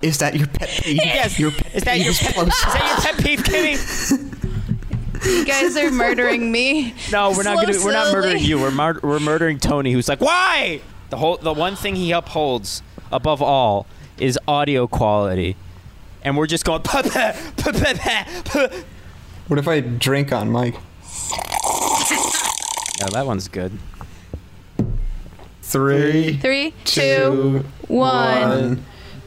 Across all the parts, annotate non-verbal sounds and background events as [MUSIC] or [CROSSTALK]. Is that your pet peeve? Yes. Your pet Is that peeve your is pet, close. [LAUGHS] is that your pet peeve, Kenny? You guys are murdering me. [LAUGHS] [LAUGHS] No, we're not Slow, gonna, we're not slowly. murdering you. We're mur- we're murdering Tony, who's like, why? The whole the one thing he upholds above all is audio quality, and we're just going. [LAUGHS] "Puh, puh, puh, puh, puh, puh." What if I drink on Mike? No, that one's good. Three, Three, two, one.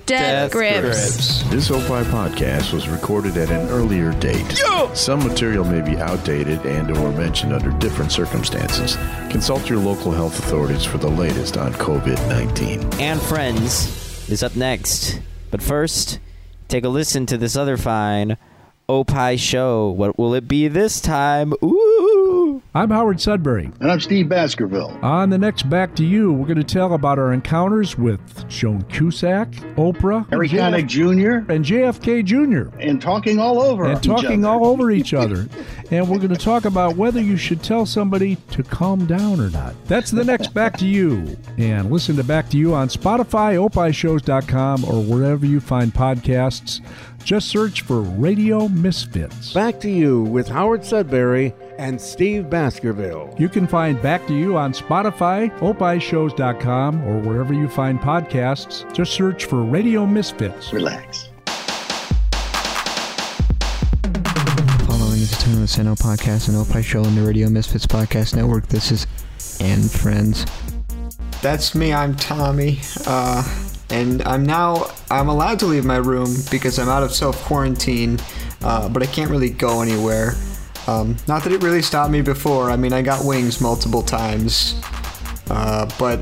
Death, grips. This OPI podcast was recorded at an earlier date. Some material may be outdated and or mentioned under different circumstances. Consult your local health authorities for the latest on COVID-19. and friends is up next. But first, take a listen to this other fine Opie show. What will it be this time? Ooh. I'm Howard Sudbury. And I'm Steve Baskerville. On the next Back to You, we're going to tell about our encounters with Joan Cusack, Oprah, Harry and Connick JF Jr. and JFK Jr. and talking all over And each other. talking all over [LAUGHS] each other. And we're going to talk about whether you should tell somebody to calm down or not. That's the next Back to You. And listen to Back to You on Spotify, opishows.com, or wherever you find podcasts. Just search for Radio Misfits. Back to you with Howard Sudbury and Steve Baskerville. You can find Back to You on Spotify, opishows.com, or wherever you find podcasts. Just search for Radio Misfits. Relax. Following is a Tune of the Seno podcast and Opie Show on the Radio Misfits Podcast Network. This is and friends. That's me. I'm Tommy, uh, and I'm now I'm allowed to leave my room because I'm out of self quarantine, uh, but I can't really go anywhere. Um, not that it really stopped me before. I mean, I got wings multiple times, uh, but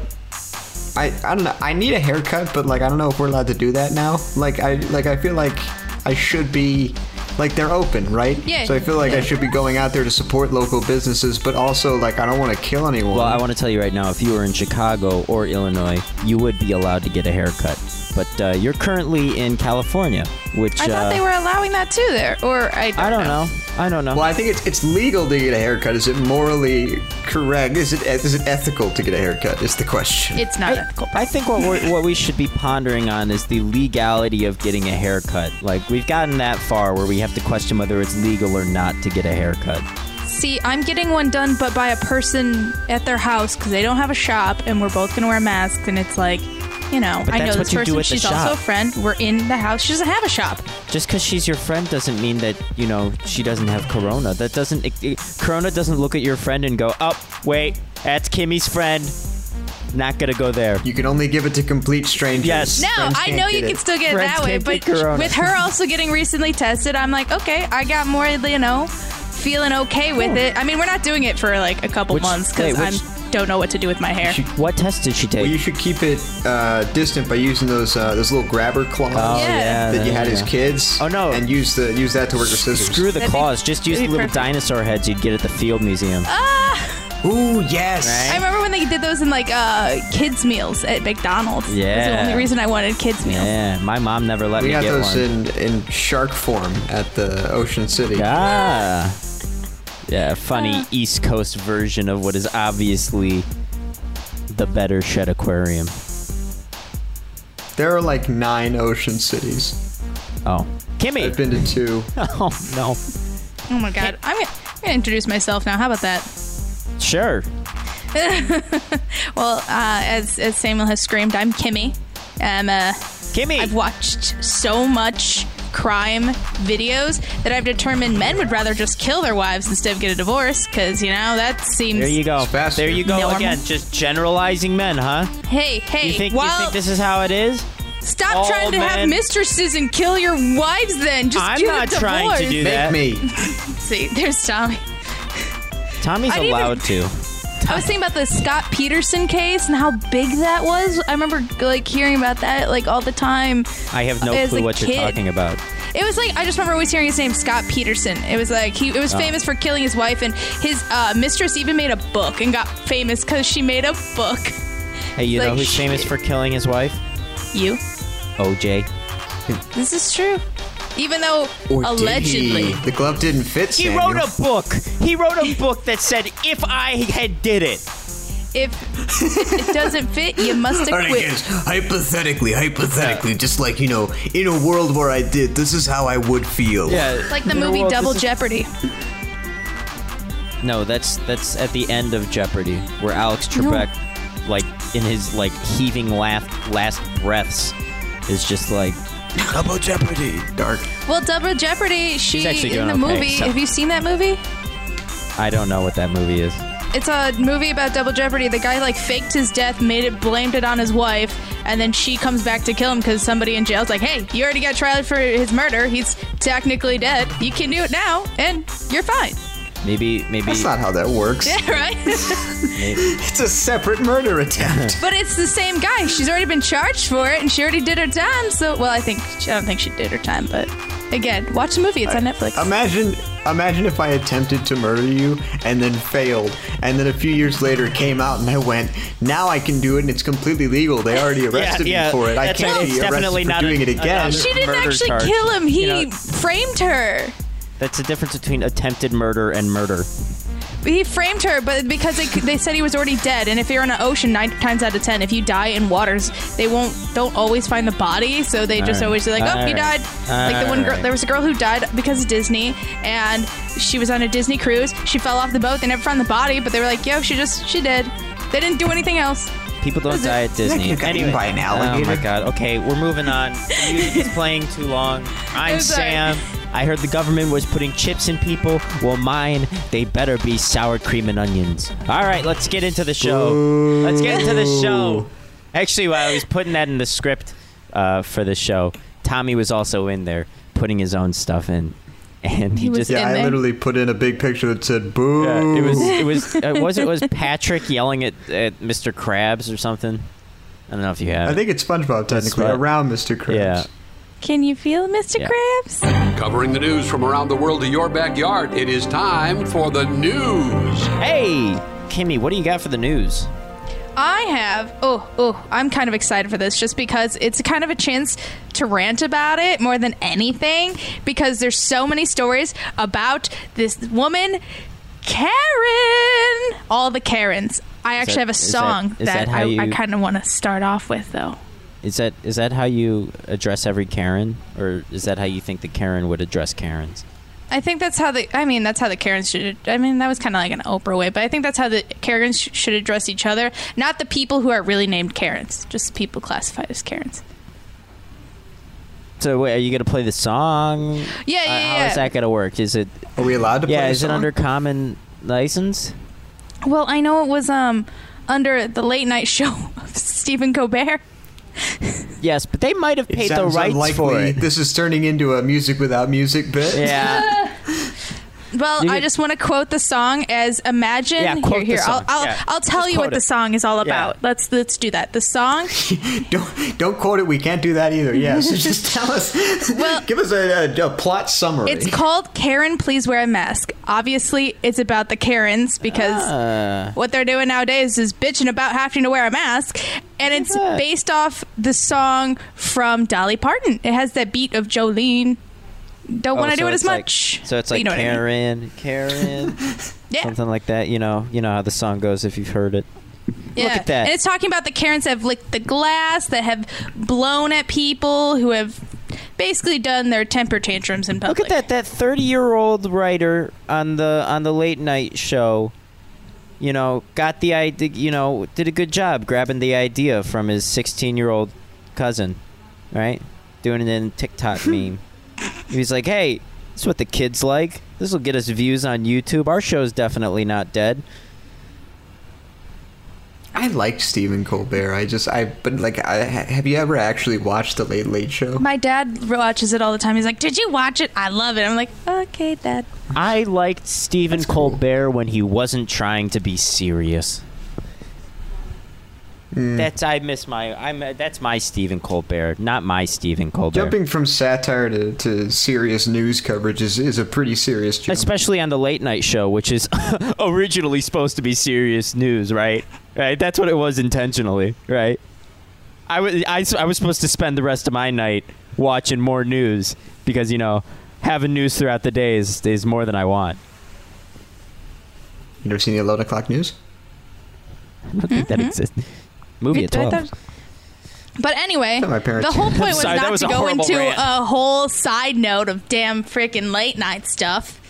I I don't know. I need a haircut, but like I don't know if we're allowed to do that now. Like I like I feel like I should be like they're open, right? Yeah. So I feel like I should be going out there to support local businesses, but also like I don't want to kill anyone. Well, I want to tell you right now if you were in Chicago or Illinois, you would be allowed to get a haircut. But uh, you're currently in California, which. I uh, thought they were allowing that too there, or I don't, I don't know. I don't know. Well, I think it's it's legal to get a haircut. Is it morally correct? Is it is it ethical to get a haircut? Is the question. It's not ethical. I think what we're, what we should be pondering on is the legality of getting a haircut. Like we've gotten that far where we have to question whether it's legal or not to get a haircut. See, I'm getting one done, but by a person at their house because they don't have a shop, and we're both gonna wear masks, and it's like, you know, But I know that's what this you do person. at the She's also a shop. friend. We're in the house. She doesn't have a shop. Just because she's your friend doesn't mean that you know she doesn't have corona. That doesn't it, it- corona doesn't look at your friend and go, "Oh, wait, that's Kimmy's friend. Not gonna go there." You can only give it to complete strangers. Yes. No, Friends I can't know get you it. can still get it Friends that way, can't but get corona. with her also getting recently tested, I'm like, okay, I got more, you know, feeling okay with it. I mean, we're not doing it for like a couple Which- months wait, because I which- don't know what to do with my hair. What test did she take? Well, you should keep it uh, distant by using those uh, those little grabber claws oh Yeah. yeah, that you there had you as go. kids. Oh, no. And use the use that to work with scissors. Screw the That'd be- claws. Just use the that'd be little perfect. Oh. dinosaur heads you'd get at the field museum. Ooh, yes. I remember when they did those in like uh, kids meals at McDonald's. That's the Yeah. only reason I wanted kids meals. yeah, my mom never let We me got get those one. in, in shark form at the Ocean City. Ah. Yeah, funny Ah. East Coast version of what is obviously the better Shed Aquarium. There are like nine Ocean Cities. Oh. Kimmy! I've been to two. [LAUGHS] oh, no. Oh my god. I'm gonna, I'm gonna introduce myself now. How about that? Sure. Well, uh, as as Samuel has screamed, I'm Kimmy. Um, uh, Kimmy! I've watched so much crime videos that I've determined men would rather just kill their wives instead of get a divorce because you know that seems. there you go. It's faster. There you go Normal. again. Just generalizing men, huh? Hey, hey, You think you while- think this is how it is? stop all trying to have men- mistresses and kill your wives. Then just I'm get not a divorce. trying to do Make that. me. See, there's Tommy. Tommy's I didn't allowed to. I was thinking about the Scott Peterson case and how big that was. I remember like hearing about that like all the time. I have no As clue a what kid. you're talking about. It was like I just remember always hearing his name, Scott Peterson. It was like he Oh. it was famous for killing his wife, and his uh, mistress even made a book and got famous because she made a book. Hey, you know Like, who's famous shit. for killing his wife? You, OJ. this is true. Even though Or did [LAUGHS] allegedly, he? The glove didn't fit. He Samuel. [LAUGHS] wrote a book. He wrote a book that said, if I had did it. If it doesn't fit, you must All right, acquit. kids. Hypothetically, hypothetically, just like you know, in a world where I did, this is how I would feel. Yeah. like the movie Double Jeopardy. No, that's that's at the end of Jeopardy, where Alex Trebek, like in his like heaving laugh, last breaths, is just like, Double Jeopardy. Dark. Well, Double Jeopardy, she actually in the doing okay, movie. so- Have you seen that movie? I don't know what that movie is. It's a movie about double jeopardy. The guy like faked his death, made it, blamed it on his wife, and then she comes back to kill him because somebody in jail's like, "Hey, you already got tried for his murder. He's technically dead. You can do it now, and you're fine." [LAUGHS] Maybe maybe That's not how that works. Yeah, right. It's a separate murder [LAUGHS] attempt. but it's the same guy. She's already been charged for it, and she already did her time. So, well, I think I don't think she did her time, but again, watch the movie. It's on Netflix. Imagine, imagine if I attempted to murder you and then failed, and then a few years later came out and I went, now I can do it and it's completely legal. They [LAUGHS] already arrested yeah, me for it. I that's can't not- be it's arrested definitely for not doing an- it again. another- she didn't murder actually charge. kill him. He You know- framed her. that's the difference between attempted murder and murder. He framed her, but because they, they said he was already dead, and if you're in an ocean, nine times out of ten, if you die in waters, they won't don't always find the body, so they just right. always are like, oh, All you right. died. like the one girl, right. there was a girl who died because of Disney, and she was on a Disney cruise. She fell off the boat. They never found the body, but they were like, yo, she just she did. They didn't do anything else. People don't die at that Disney. get eaten by an Oh my alligator? god. Okay, we're moving on. The music is playing too long. I'm I'm sorry. Sam. I heard the government was putting chips in people. Well, mine, they better be sour cream and onions. All right, let's get into the show. Let's get into the show. Actually, while I was putting that in the script uh, for the show, Tommy was also in there putting his own stuff in, and he, He was just in yeah, I there. literally put in a big picture that said, boo. yeah, it was it was it was it was Patrick yelling at, at Mr. Krabs or something. I don't know if you have. I think it's SpongeBob, technically, Spon- around Mr. Krabs. Yeah. Can you feel Mr. Yeah. Krabs? Covering the news from around the world to your backyard, it is time for the news. Hey, Kimmy, what do you got for the news? I have. Oh, oh, I'm kind of excited for this just because it's kind of a chance to rant about it more than anything because there's so many stories about this woman, Karen. All the Karens. I actually that- have a is that- song is that, that how I, I you- kind of want to start off with, though. Is that is that how you address every Karen, or is that how you think that Karen would address Karens? I think that's how the. I mean, that's how the Karens should. I mean, that was kind of like an Oprah way, but I think that's how the Karens sh- should address each other, not the people who are really named Karens, just people classified as Karens. So, wait, are you gonna play the song? Yeah, Yeah, yeah, Uh, How yeah. is that gonna work? Is it? Are we allowed to play yeah, a is it song? under common license? Well, I know it was um under the late night show [LAUGHS] of Stephen Colbert. Yes, but they might have It paid the sounds rights unlikely. for it. This is turning into a music without music bit. [LAUGHS] [LAUGHS] Yeah, Well, You I can- just want to quote the song as imagine. Yeah, quote here, the here. song. I'll, I'll, Yeah. I'll tell Just you what quote the it. song is all Yeah. about. Let's let's do that. The song. Don't don't quote it. We can't do that either. Yeah, [LAUGHS] so just tell us. Well- give us a, a, a plot summary. It's called Karen. Please wear a mask. Obviously, it's about the Karens because Ah. what they're doing nowadays is bitching about having to wear a mask, and it's Yeah. based off the song from Dolly Parton. It has that beat of Jolene. Don't want to do it as much. so Oh, it's But like you know what I mean. Karen, [LAUGHS] Karen, Yeah. something like that. You know, you know how the song goes if you've heard it. Look at that. And it's talking about the Karens that have licked the glass, that have blown at people, who have basically done their temper tantrums in public. Look at that that 30-year-old writer on the on the late night show. You know, got the idea, you know, did a good job grabbing the idea from his 16-year-old cousin, right? Doing it in a TikTok meme. He was like, "Hey, this is what the kids like. This will get us views on YouTube. Our show's definitely not dead." I liked Stephen Colbert. I just I but like I ha- have you ever actually watched the Late Late Show? My dad watches it all the time. He's like, "Did you watch it? I love it." I'm like, "Okay, dad." I liked Stephen Colbert when he wasn't trying to be serious. Hmm. That's I miss my I'm that's my Stephen Colbert, not my Stephen Colbert. Jumping from satire to, to serious news coverage is, is a pretty serious jump. Especially on the late night show, which is [LAUGHS] originally supposed to be serious news, right? Right, that's what it was intentionally, right? I was I, s- I was supposed to spend the rest of my night watching more news because you know having news throughout the day is, is more than I want. you never seen the eleven o'clock news? I don't think that exists. Movie at Mm-hmm. I 12. thought- But anyway, my parents the whole did. point was sorry, that not was to a go horrible into rant. a whole side note of damn freaking late night stuff.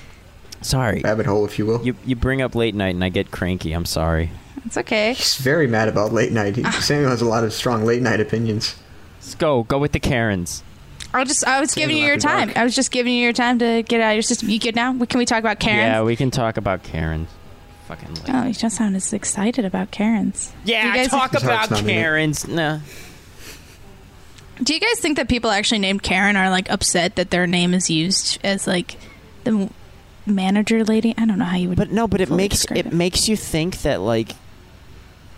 Sorry. Rabbit hole, if you will. You, you bring up late night and I get cranky. I'm sorry. It's okay. He's very mad about late night. Ah. He- Samuel has a lot of strong late night opinions. Let's go. Go with the Karens. I just I was giving you your after dark. time. I was just giving you your time to get it out of your system. You good now? We, can we talk about Karens? Yeah, we can talk about Karens. Fucking late. Oh, you don't sound as excited about Karens. yeah, you guys- talk His heart's about not in it. Karens. No. Do you guys think that people actually named Karen are like upset that their name is used as like the m- manager lady? I don't know how you would. But no, but it fully makes describe it, makes you think that like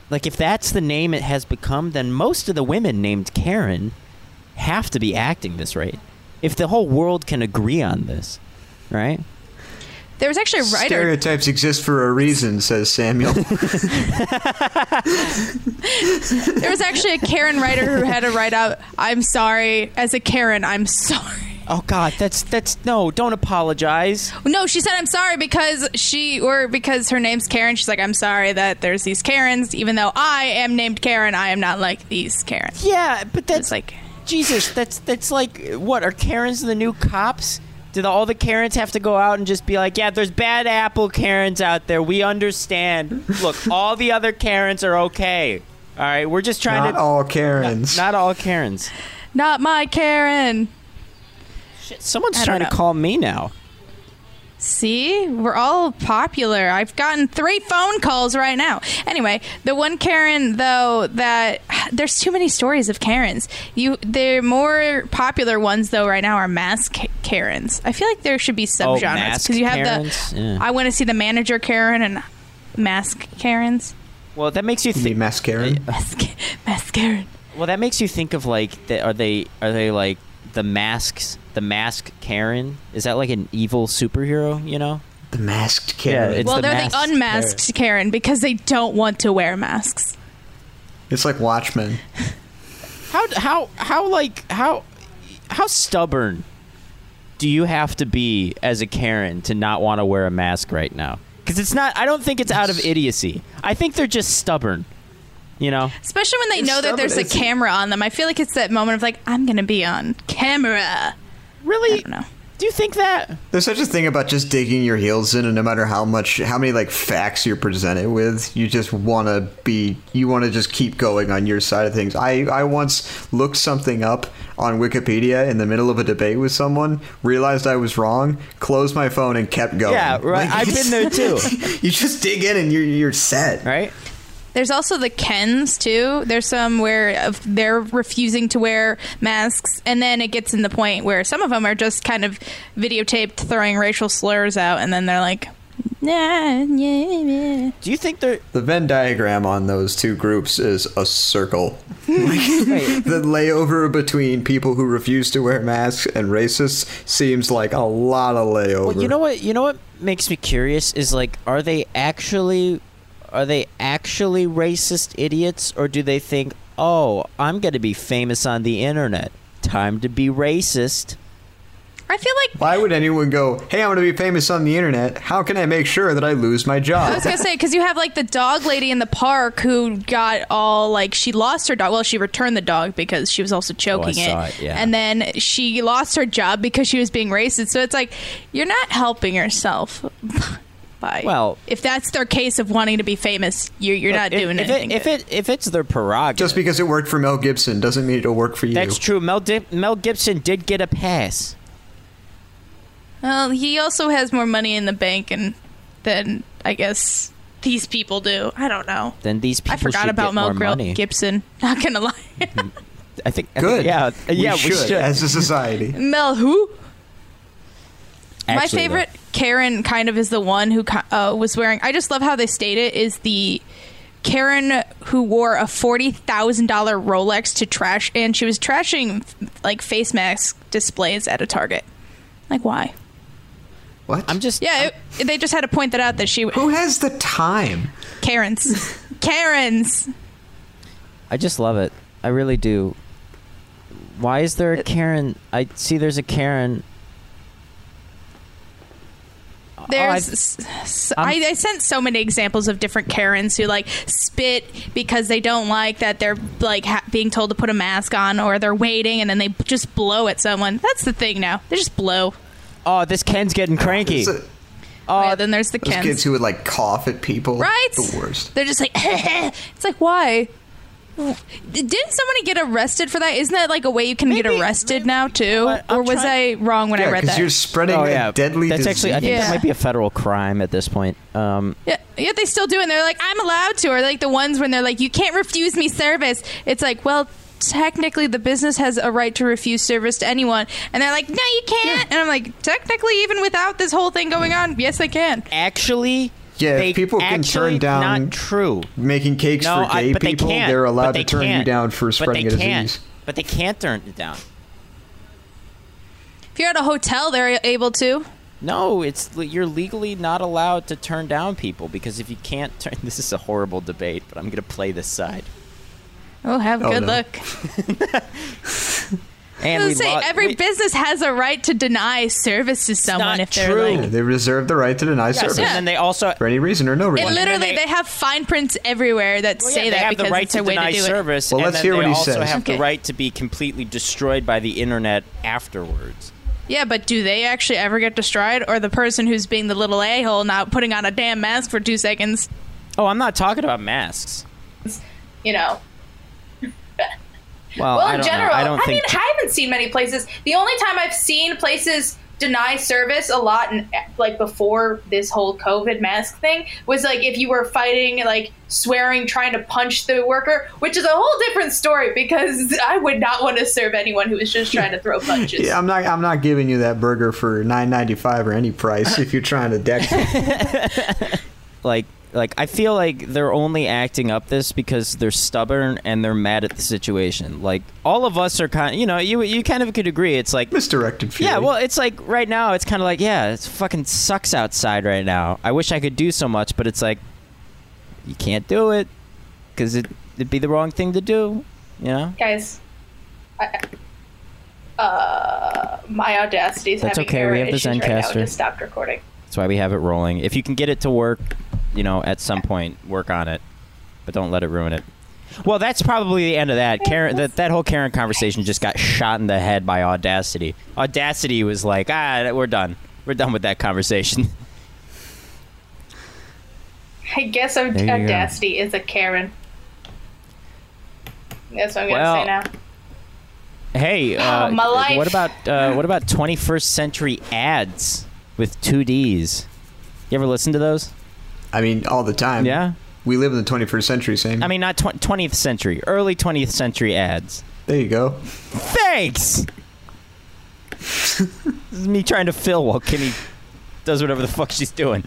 like if that's the name it has become, then most of the women named Karen have to be acting this right. If the whole world can agree on this, right? There was actually a writer. Stereotypes exist for a reason, says [LAUGHS] Samuel. There was actually a Karen writer who had to write out, "I'm sorry." As a Karen, I'm sorry. Oh god, that's that's no, don't apologize. No, she said I'm sorry because she or because her name's Karen. She's like, I'm sorry that there's these Karens, even though I am named Karen. I am not like these Karens. Yeah, but that's It's like Jesus, that's that's like what are Karens the new cops? Do the, all the Karens have to go out and just be like, yeah, there's bad apple Karens out there. We understand. Look, [LAUGHS] all the other Karens are okay. All right, we're just trying Not to all Karens. Not all Karens. not my Karen. Shit, someone's I trying don't to know. call me now. See, we're all popular. I've gotten three phone calls right now. Anyway, the one Karen though that there's too many stories of Karens. You, the more popular ones though right now are mask Karens. I feel like there should be Oh, subgenres mask because you have Karens? the Yeah. I want to see the manager Karen and mask Karens. Well, that makes you You mean think. mascara? Masca- mascara. [LAUGHS] well, that makes you think of like, the, are they are they like the masks? The mask Karen is that like an evil superhero? You know? The masked Karen. Yeah, it's, it's- well, the they're masked the unmasked Karen. because they don't want to wear masks. like Watchmen. How how how like how how stubborn do you have to be as a Karen to not want to wear a mask right now? Because it's not. I don't think it's out of idiocy. I think they're just stubborn. You know? Especially when they It's know that there's a stubborn, isn't it? camera on them. I feel like it's that moment of like, I'm going to be on camera. Really? I don't know. Do you think that? There's such a thing about just digging your heels in, and no matter how much, how many like facts you're presented with, you just want to be, you want to just keep going on your side of things. I I once looked something up on Wikipedia in the middle of a debate with someone, realized I was wrong, closed my phone, and kept going. [LAUGHS] Yeah, right. Like, I've been there too. you just dig in, and you're you're set. Right? There's also the Kens, too. There's some where of- they're refusing to wear masks. And then it gets in the point where some of them are just kind of videotaped throwing racial slurs out. And then they're like, nah, yeah, yeah. Do you think they're? The Venn diagram on those two groups is a circle. [LAUGHS] Wait, The layover between people who refuse to wear masks and racists seems like a lot of layover. Well, you know what? You know what makes me curious is like, are they actually, are they actually racist idiots, or do they think, oh, I'm going to be famous on the internet, time to be racist? I feel like Why would anyone go, hey, I'm going to be famous on the internet. How can I make sure that I lose my I job? was gonna say because you have like the dog lady in the park who got all like she lost her dog. Well, she returned the dog because she was also choking Oh, saw it, yeah. and then she lost her job because she was being racist. So it's like you're not helping yourself. [LAUGHS] By Well- if that's their case of wanting to be famous, you're you're not if, doing if anything. It, if it if it's their prerogative, Just because it worked for Mel Gibson doesn't mean it'll work for you. that's true. Mel Di- Mel Gibson did get a pass. well, he also has more money in the bank, and then I guess these people do. I don't know. Then these people I forgot should about get more Mel Grill money. Gibson. [LAUGHS] Not gonna lie, I think I think- Good. yeah, yeah, we should. as a society. [LAUGHS] Mel who? Actually, My favorite Karen kind of is the one who ki- uh, was wearing. I just love how they state it is the Karen who wore a forty thousand dollar Rolex to trash, and she was trashing like face mask displays at a Target. Like why? though, I'm just Yeah, it, they just had to point that out that she Who has the time? Karens, [LAUGHS] Karens. I just love it. I really do. Why is there a Karen? Oh, I see there's a Karen There's, I've- s- s- I, I sent so many examples of different Karens who like spit because they don't like that they're like ha- being told to put a mask on or they're waiting and then they just blow at someone. That's the thing now. They just blow. Oh, this Ken's getting cranky. So- Oh, yeah, then there's the those kids Kens. who would like cough at people. Right? The worst. They're just like, [LAUGHS] it's like, why? Didn't somebody get arrested for that? Isn't that like a way you can get arrested now too? But I'm or was trying- I wrong when I Yeah, read because that? you're spreading Oh yeah, a deadly That's disease. actually I think Yeah. that might be a federal crime at this point. Um, Yeah, yet they still do, and they're like, "I'm allowed to," or like the ones when they're like, "You can't refuse me service." It's like, well, technically, the business has a right to refuse service to anyone, and they're like, "No, you can't," and I'm like, technically, even without this whole thing going on, yes, I can. actually, Yeah, if they people can turn actually- down- Not true. Making cakes No, for I- gay but they people, can't. are allowed But to they turn you can't. down for spreading but they a can't. disease. But they can't turn it down. If you're at a hotel, they're able to. No, it's you're legally not allowed to turn down people because if you can't turn, [LAUGHS] this is a horrible debate, but I'm gonna play this side. Oh, have Oh, good no. luck. And I we was say lo- every we- business has a right to deny service to someone not if they're true. like. Yeah, they reserve the right to deny yes, service and then they also for any reason or no It reason. literally, they- they, have fine prints everywhere that Well, yeah, say that they have because the right it's to a way deny to do it. service. Well, and let's then hear what they he also says. have the Okay. right to be completely destroyed by the internet afterwards. Yeah, but do they actually ever get destroyed, or the person who's being the little a hole not putting on a damn mask for two seconds? Oh, I'm not talking about masks. you know. Well, Well, Oh, I in don't general, know. I, I don't mean, think. I haven't seen many places. The only time I've seen places deny service a lot, and like before this whole COVID mask thing, was like if you were fighting, like swearing, trying to punch the worker, which is a whole different story because [LAUGHS] I would not want to serve anyone who was just trying to throw punches. Yeah, I'm not. I'm not giving you that burger for 9.95 or any price if you're trying to deck. me. [LAUGHS] like like I feel like they're only acting up this because they're stubborn and they're mad at the situation. Like all of us are kind, you know, you you kind of could agree. It's like misdirected fury. yeah, well, it's like right now it's kind of like yeah, it fucking sucks outside right now. I wish I could do so much, but it's like you can't do it because it it'd be the wrong thing to do. You know, guys. I, uh, my audacity is That's having okay, error we have the issues right now. It Zencaster. Just stopped recording. [LAUGHS] that's why we have it rolling. If you can get it to work, you know, at some point, work on it, but don't let it ruin it. Well, that's probably the end of that. Karen, that that whole Karen conversation just got shot in the head by Audacity. Audacity was like, ah, we're done. We're done with that conversation. [LAUGHS] I guess our There you go. audacity is a Karen. That's what I'm Well, gonna say now. Hey, uh, my life. what about [LAUGHS] uh, what about 21st century ads with two Ds? You ever listen to those? I mean, all the time. Yeah. we live in the 21st century. Same. I mean, not tw- 20th century, early 20th century ads. there you go. [LAUGHS] Thanks. this is me trying to fill while Kimmy does whatever the fuck she's [LAUGHS] doing.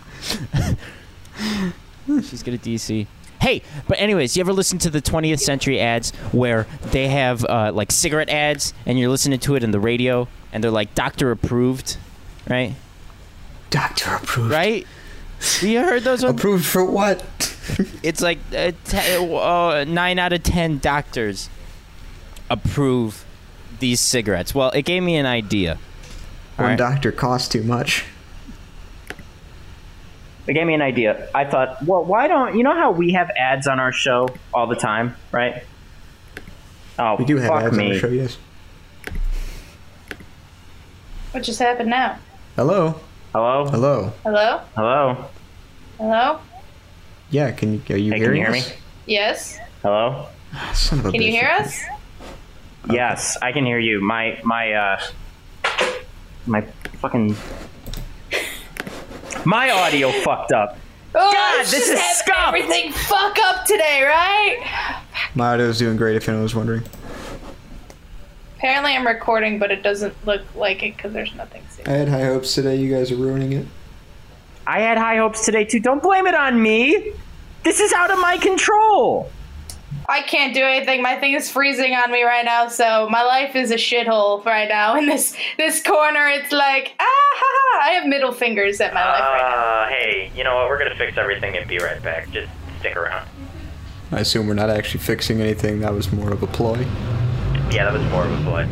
she's good at DC. Hey, but anyways, you ever listen to the 20th century ads where they have uh, like cigarette ads and you're listening to it in the radio and they're like doctor approved, right? Doctor approved. Right? You heard those ones? Approved for what? It's like uh, te- uh, nine out of ten doctors approve these cigarettes. Well, it gave me an idea. One Alright. doctor costs too much. It gave me an idea. I thought, well, why don't you know how we have ads on our show all the time, right? Oh, We do have fuck ads me. on the show. Yes. What just happened now? Hello. Hello, Hello. Hello? hello, Hello? Yeah. Can you? Are you Hey, can hearing you hear us? me? Yes? hello. Son of a Can you bitch. hear us? Yes, I can hear you. My my uh my fucking my audio fucked up. Oh, God, let's this just is have scum! Everything fuck up today, right? My audio's doing great. If anyone was wondering. Apparently, I'm recording, but it doesn't look like it because there's nothing. saved. I had high hopes today. You guys are ruining it. I had high hopes today too. Don't blame it on me. This is out of my control. I can't do anything. My thing is freezing on me right now, so my life is a shithole right now. [LAUGHS] In this this corner, it's like ah ha ha. I have middle fingers at my life right now. Uh, hey, you know what? We're gonna fix everything and be right back. Just stick around. I assume we're not actually fixing anything. That was more of a ploy. Yeah, that was more of a blood.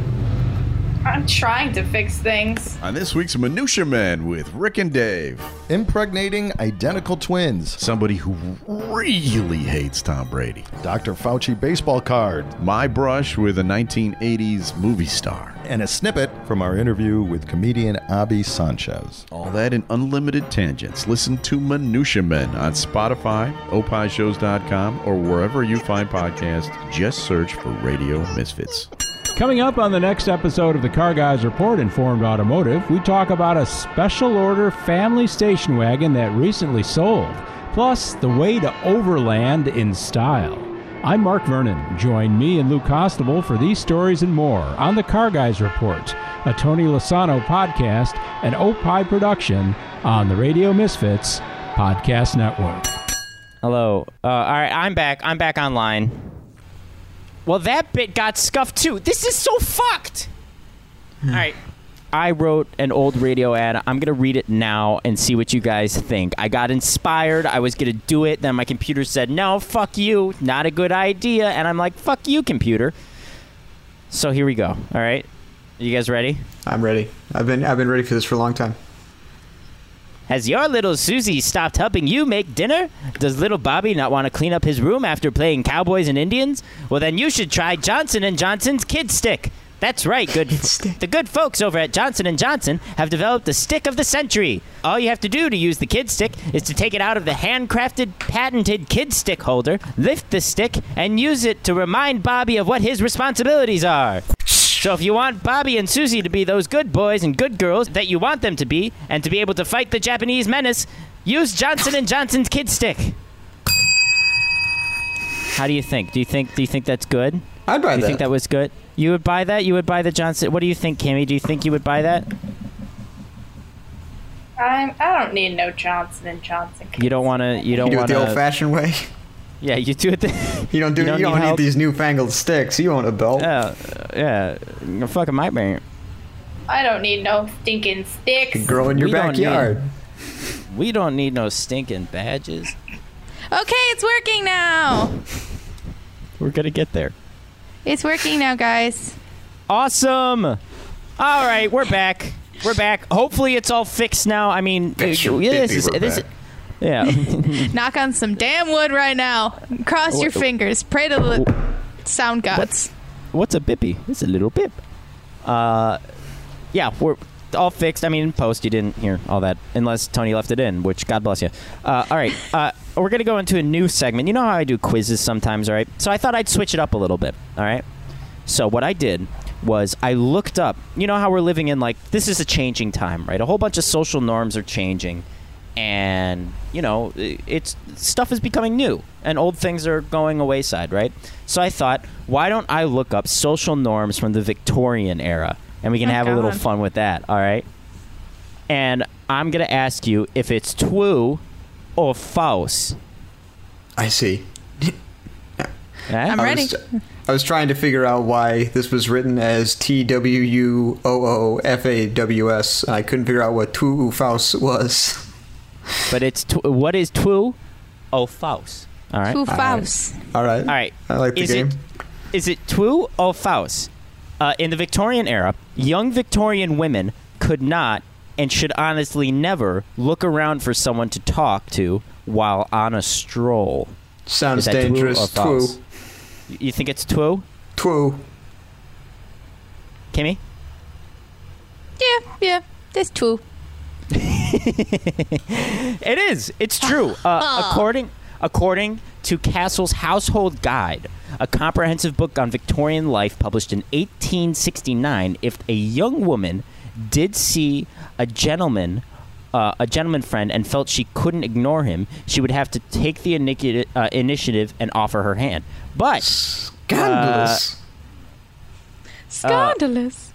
I'm trying to fix things. On this week's Minutia Men with Rick and Dave. Impregnating identical twins. Somebody who really hates Tom Brady. Dr. Fauci baseball card. My brush with a 1980s movie star. And a snippet from our interview with comedian Abby Sanchez. All that and unlimited tangents. Listen to Minutia Men on Spotify, opishows.com, or wherever you find podcasts. Just search for Radio Misfits. Coming up on the next episode of the Car Guys Report Informed Automotive, we talk about a special order family station wagon that recently sold, plus the way to overland in style. I'm Mark Vernon. Join me and Lou Costable for these stories and more on the Car Guys Report, a Tony Lasano podcast and Opie production on the Radio Misfits Podcast Network. Hello. Uh, all right, I'm back. I'm back online. Well, that bit got scuffed too. This is so fucked. all right. I wrote an old radio ad. I'm going to read it now and see what you guys think. I got inspired. I was going to do it. Then my computer said, no, fuck you. Not a good idea. And I'm like, fuck you, computer. So here we go. All right. You guys ready? I'm ready. I've been I've been ready for this for a long time. Has your little Susie stopped helping you make dinner? Does little Bobby not want to clean up his room after playing Cowboys and Indians? Well, then you should try Johnson and Johnson's Kid Stick. That's right, good. The good folks over at Johnson and Johnson have developed the stick of the century. All you have to do to use the kid stick is to take it out of the handcrafted, patented kid stick holder, lift the stick, and use it to remind Bobby of what his responsibilities are. So if you want Bobby and Susie to be those good boys and good girls that you want them to be, and to be able to fight the Japanese menace, use Johnson and Johnson's Kid Stick. How do you think? Do you think? Do you think that's good? I'd buy do you that. think that was good? You would buy that? You would buy the Johnson? What do you think, Kimmy? Do you think you would buy that? I'm, I don't need no Johnson and Johnson. You don't want to. You You don't do it want the old-fashioned way. [LAUGHS] Yeah, you do it. The, [LAUGHS] you don't do. You You don't, don't need need, help. these newfangled sticks. You own a belt. Yeah, yeah. You're fucking my brain. I don't need no stinking sticks. grow in your We don't need- backyard. We don't need no stinking badges. Okay, it's working now. We're gonna get there. It's working now, guys. Awesome. All right, we're back. We're back. Hopefully, it's all fixed now. I mean, Bet you yeah, this baby is we're this. back. [LAUGHS] Yeah. Knock on some damn wood right now. Cross your Wha- fingers. Pray to the sound gods. What's a bippy? It's a little bip. Uh, yeah, we're all fixed. I mean, in post you didn't hear all that, unless Tony left it in, which God bless you. Uh, all right, uh, we're gonna go into a new segment. You know how I do quizzes sometimes, all right? So I thought I'd switch it up a little bit. All right. So what I did was I looked up. You know how we're living in like this is a changing time, right? A whole bunch of social norms are changing, and you know i- it's stuff is becoming new, and old things are going away side, right? So I thought, why don't I look up social norms from the Victorian era, and we can Oh, have a little God. fun with that, all right? And I'm gonna ask you if it's true or false. I see. Eh? I'm I ready. was, I was trying to figure out why this was written as T W U O O F A W S. I couldn't figure out what Tuufaus was. But it's tw- what is true or false? All right. Who Faust? All right. All right. I like the is game. It, is it true or false? Uh, in the Victorian era, young Victorian women could not and should honestly never look around for someone to talk to while on a stroll. Sounds is that true or dangerous. Twu. false? Y- You think it's true, Twu. Kimmy? Yeah, yeah. That's two. Uh, It is. It's [LAUGHS] true. Uh, according according to Castle's Household Guide, a comprehensive book on Victorian life published in 1869, if a young woman did see a gentleman uh, a gentleman friend and felt she couldn't ignore him, she would have to take the iniqui- uh, initiative and offer her hand. But Uh, Scandalous. Scandalous.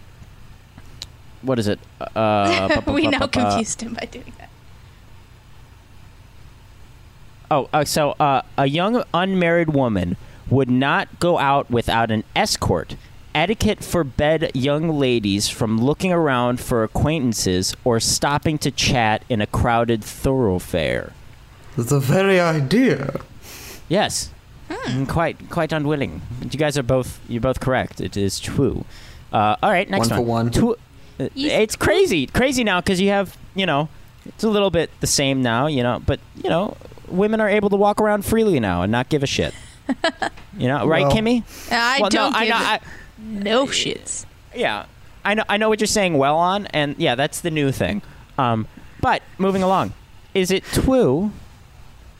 what is it? Uh, [LAUGHS] bu- bu- [LAUGHS] we bu- now bu- bu- confused him by doing that. Oh, uh, so uh, a young unmarried woman would not go out without an escort. Etiquette forbade young ladies from looking around for acquaintances or stopping to chat in a crowded thoroughfare. the very idea. Hmm. Yes, Mm, quite quite unwilling. But You guys are both you're both correct. It is true. Uh, all right, next One one. for one. Tw- uh, it's crazy, crazy now because you have, you know, it's a little bit the same now, you know, but you know, women are able to walk around freely now and not give a [LAUGHS] shit. you know, right, Well- Kimmy? I Well, no, don't I give know- it I- no shits. Yeah, I know. I know what you're saying. Well, on and yeah, that's the new thing. Um, but moving along, is it true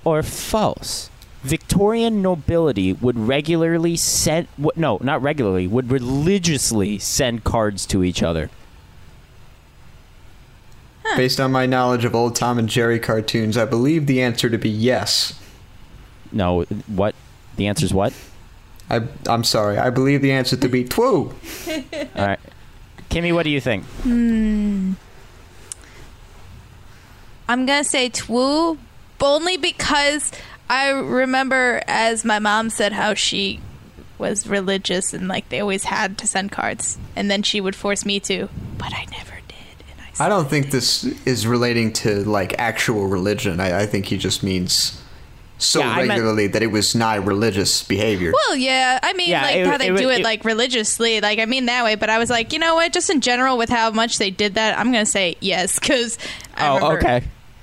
or false? Victorian nobility would regularly send what? No, not regularly. Would religiously send cards to each other. Based on my knowledge of old Tom and Jerry cartoons, I believe the answer to be yes. No, what? The answer's what? I, I'm sorry. I believe the answer to be twoo. All right, Kimmy, what do you think? Hmm. I'm gonna say twoo, only because I remember as my mom said how she was religious and like they always had to send cards, and then she would force me to. But I never. I don't think this is relating to like actual religion. I, I think he just means so Yeah, I meant- regularly that it was not religious behavior. Well, yeah. I mean, Yeah, like it- how they it would- do it, it- like religiously. Like I mean that way. But I was like, you know what? Just in general, with how much they did that, I'm gonna say yes because. Oh,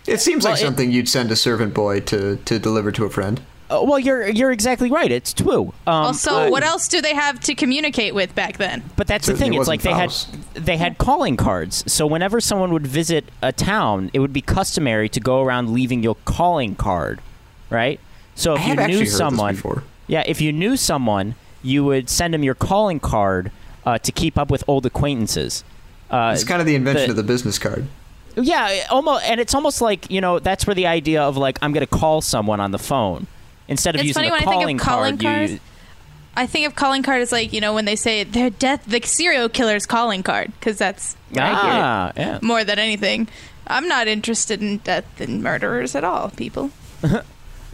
It seems Well, like it- something you'd send a servant boy to, to deliver to a friend. Uh, well, you're you're exactly right. It's true. Um, Also, uh, what else do they have to communicate with back then? But that's the Certainly thing. It's like wasn't they Faust. had they had calling cards. So whenever someone would visit a town, it would be customary to go around leaving your calling card, right? So if I have you actually knew heard this someone, before. yeah, if you knew someone, you would send them your calling card uh, to keep up with old acquaintances. Uh, it's kind of the invention of the business card. yeah, almost, and it's almost like you know that's where the idea of like I'm going to call someone on the phone instead of It's using funny a when I think of calling calling card. you cards. use- I think of calling card as like you know when they say their death, the serial killer's calling card because that's what I get ah, yeah. more than anything. I'm not interested in death and murderers at all, people. uh,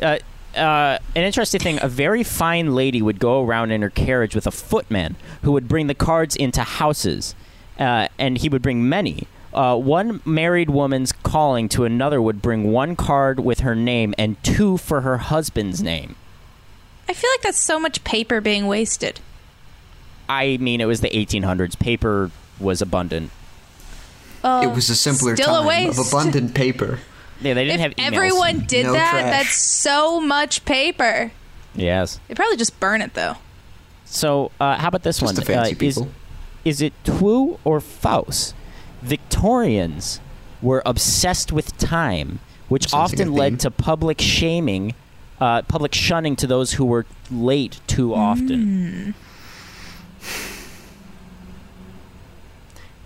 uh, an interesting thing a very fine lady would go around in her carriage with a footman who would bring the cards into houses, uh, and he would bring many. Uh, one married woman's calling to another would bring one card with her name and two for her husband's name. I feel like that's so much paper being wasted. I mean, it was the 1800s. Paper was abundant. Uh, it was a simpler still a time of waste. abundant paper. Yeah, they didn't have emails. Everyone did No that. trash. That's so much paper. Yes. They probably just burn it though. So, uh, how about this Just one? the fancy Uh, is- people. Is, it true or false? Victorians were obsessed with time, which Sounds like a often theme. led to public shaming, uh, public shunning to those who were late too Mm. often.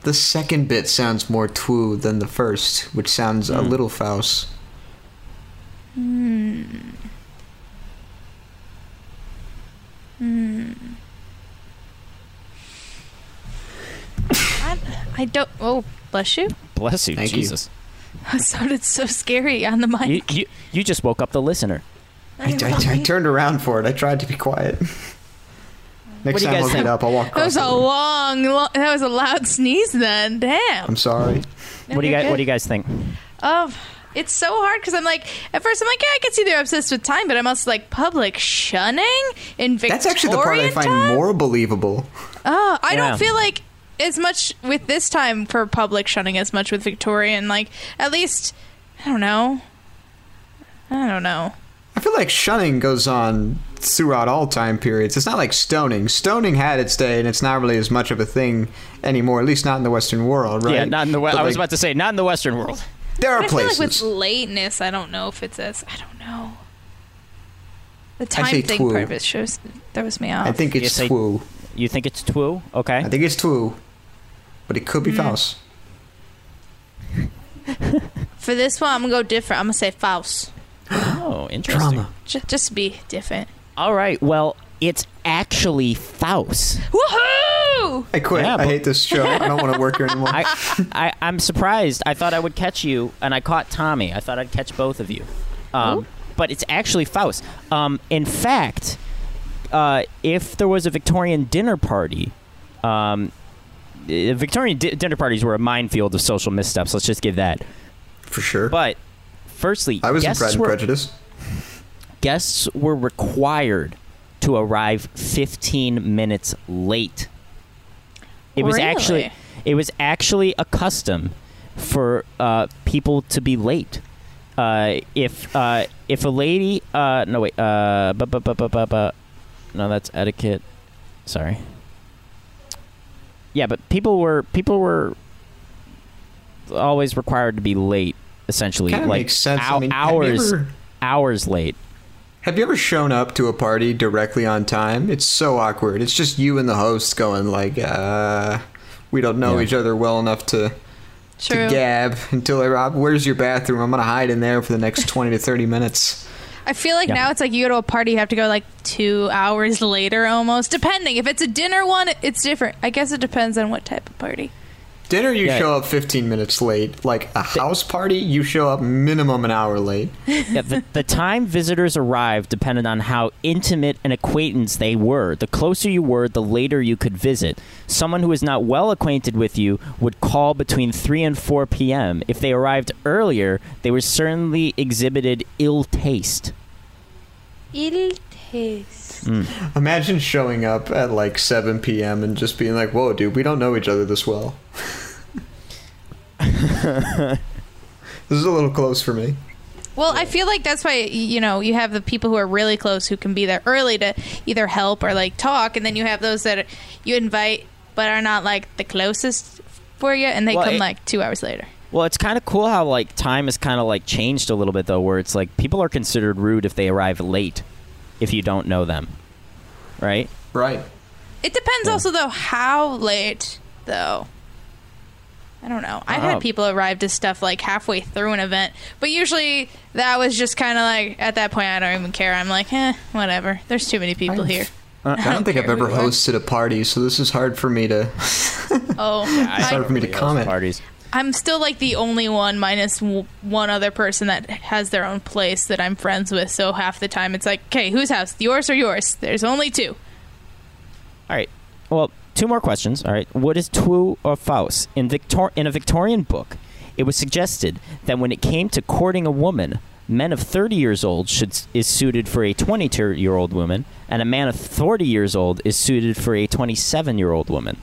The second bit sounds more twoo than the first, which sounds a little Faust. Hmm. Hmm. I, I don't. Oh, bless you. [LAUGHS] Bless you, Thank you. Jesus. That sounded so scary on the mic. You, you you just woke up the listener. I, I- [LAUGHS] I turned around for it. I tried to be quiet. What Next do you time guys I'll get think? up. I'll walk that across. was [LAUGHS] a long, lo That was a loud sneeze. Then, damn. I'm sorry. No, what do you you're guys What good. do you guys think? Oh, it's so hard because I'm like, at first I'm like, yeah, I can see they're obsessed with time, but I'm also like, public shunning in Victorian That's actually the part I find time? more believable. Oh, I Yeah. don't feel like as much with this time for public shunning as much with Victorian. Like, at least, I don't know. I don't know. I feel like shunning goes on throughout all time periods. It's not like stoning. Stoning had its day, and it's not really as much of a thing anymore. At least not in the Western world, right? Yeah, not in the. We- But, I was like, about to say not in the Western world. There are But I feel places. like with lateness, I don't know if it's as. I don't know. The I say time thing twoo. part of it shows, throws me off. I think it's Yes, I- twoo. You think it's Twu? Okay. I think it's twoo, but it could be Hmm. Mm. Faust. For this one, I'm going to go different. I'm going to say false. Oh, interesting. Just, just be different. All right. Well, it's actually Faust. Woohoo! I quit. Yeah, I but- hate this show. [LAUGHS] I don't want to work here anymore. I, I, I'm surprised. I thought I would catch you, and I caught Tommy. I thought I'd catch both of you. Um, but it's actually Faust. Um, in fact, uh, if there was a Victorian dinner party, um, eh, Victorian di- dinner parties were a minefield of social missteps. Let's just give that. For sure. But firstly, I was in guests Pride and were- Prejudice. guests were required to arrive 15 minutes late. It was actually Really? it was actually a custom for uh, people to be late. Uh, if uh, if a lady uh, no wait uh, bu- bu- bu- bu- bu- bu- no that's etiquette. Sorry. Yeah, but people were people were always required to be late essentially Kinda like makes sense. I hou- mean, have you hours ever- hours late. Have you ever shown up to a party directly on time? It's so awkward. It's just you and the host going like, uh, we don't know each other well enough to, True. to gab until I rob. Where's your bathroom? I'm gonna hide in there for the next twenty to thirty minutes. I feel like Yeah. now it's like you go to a party, you have to go like two hours later almost, depending. If it's a dinner one, it's different. I guess it depends on what type of party. Dinner, you Yeah. show up fifteen minutes late. Like a house party, you show up minimum an hour late. yeah, the, the time visitors arrived depended on how intimate an acquaintance they were. The closer you were, the later you could visit. Someone who is not well acquainted with you would call between 3 and 4 p.m. If they arrived earlier, they were certainly exhibited ill taste. Ill taste. Imagine showing up at like seven p.m. and just being like, "Whoa, dude, we don't know each other this [LAUGHS] well." this is a little close for me. Well, I feel like that's why you know you have the people who are really close who can be there early to either help or like talk, and then you have those that you invite but are not like the closest for you, and they Well, come it- like two hours later. Well, it's kind of cool how like time has kind of like changed a little bit though, where it's like people are considered rude if they arrive late, if you don't know them, right? Right. It depends also though how late though. I don't know. I've Uh-huh. Oh. had people arrive to stuff like halfway through an event, but usually that was just kind of like at that point I don't even care. I'm like, eh, whatever. There's too many people here. Uh, I don't, think I've care ever who you are. hosted a party, so this is hard for me to. Oh, it's hard for me to comment. Parties. I'm still like the only one, minus w- one other person that has their own place that I'm friends with. So half the time it's like, okay, whose house? Yours or yours? There's only two. All right. Well, two more questions. All right. What is true or false? In Victor- in a Victorian book, it was suggested that when it came to courting a woman, men of 30 years old should is suited for a 22-year-old woman, and a man of 40 years old is suited for a 27-year-old woman.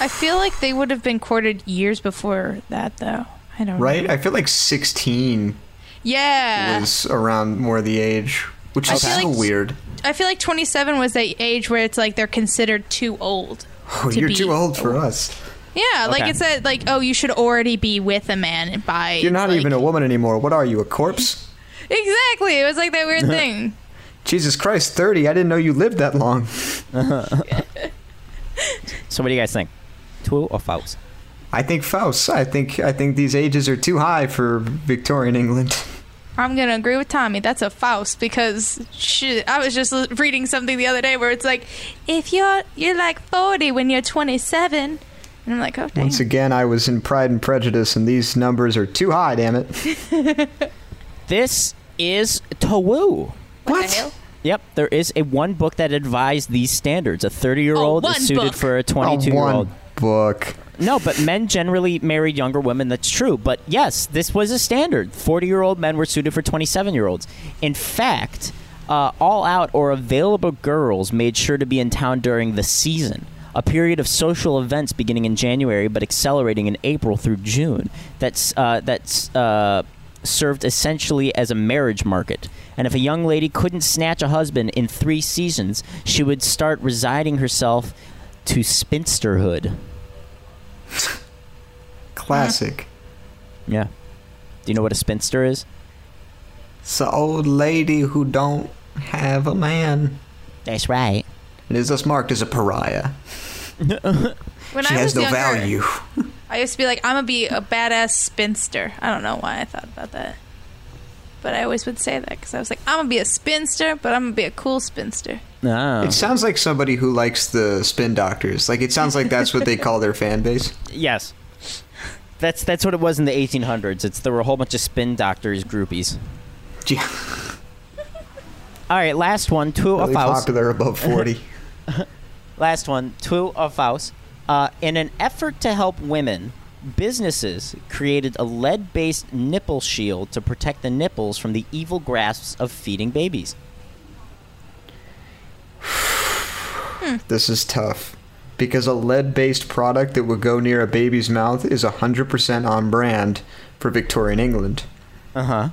I feel like they would have been courted years before that, though. I don't Right? know. I feel like 16 Yeah. was around more the age, which I is feel so like- weird. I feel like 27 was the age where it's like they're considered too old. Oh, to you're be- too old for us. Yeah, like Okay. it's that like oh you should already be with a man by You're not even a woman anymore. What are you, a corpse? exactly. It was like [LAUGHS] that weird thing. Jesus Christ, 30. I didn't know you lived that long. so what do you guys think? True or false? I think false. I think I think these ages are too high for Victorian England. I'm gonna agree with Tommy. That's a faust because shit, I was just l- reading something the other day where it's like, if you're you're like 40 when you're 27, and I'm like, oh damn. Once again, I was in Pride and Prejudice, and these numbers are too high. Damn it! This is Tawoo. What? The hell? Yep, there is a one book that advised these standards. A 30-year-old Oh, one is suited book. for a Oh, 22-year-old. one book. No, but men generally married younger women. That's true. But yes, this was a standard. 40 year old men were suited for 27 year olds. In fact, uh, all out or available girls made sure to be in town during the season. A period of social events beginning in January, but accelerating in April through June. That's uh, that's uh, served essentially as a marriage market. And if a young lady couldn't snatch a husband in three seasons, she would start resigning herself to spinsterhood. Classic. Yeah. Do you know what a spinster is? It's an old lady who don't have a man. That's right. And is thus marked as a pariah. When she I has was no younger, value. I used to be like, I'm gonna be a badass spinster. I don't know why I thought about that, but I always would say that because I was like, I'm gonna be a spinster, but I'm gonna be a cool spinster. Oh. It sounds like somebody who likes the spin doctors. Like it sounds like that's what they call their fan base. [LAUGHS] Yes. That's that's what it was in the 1800s. It's there were a whole bunch of spin doctors groupies. Yeah. All right, last one. Two Really of Faust. popular above 40. last one. Two of Faust. Uh, in an effort to help women, businesses created a lead-based nipple shield to protect the nipples from the evil grasps of feeding babies. This is tough. because a lead based product that would go near a baby's mouth is 100% on brand for Victorian England. Uh huh.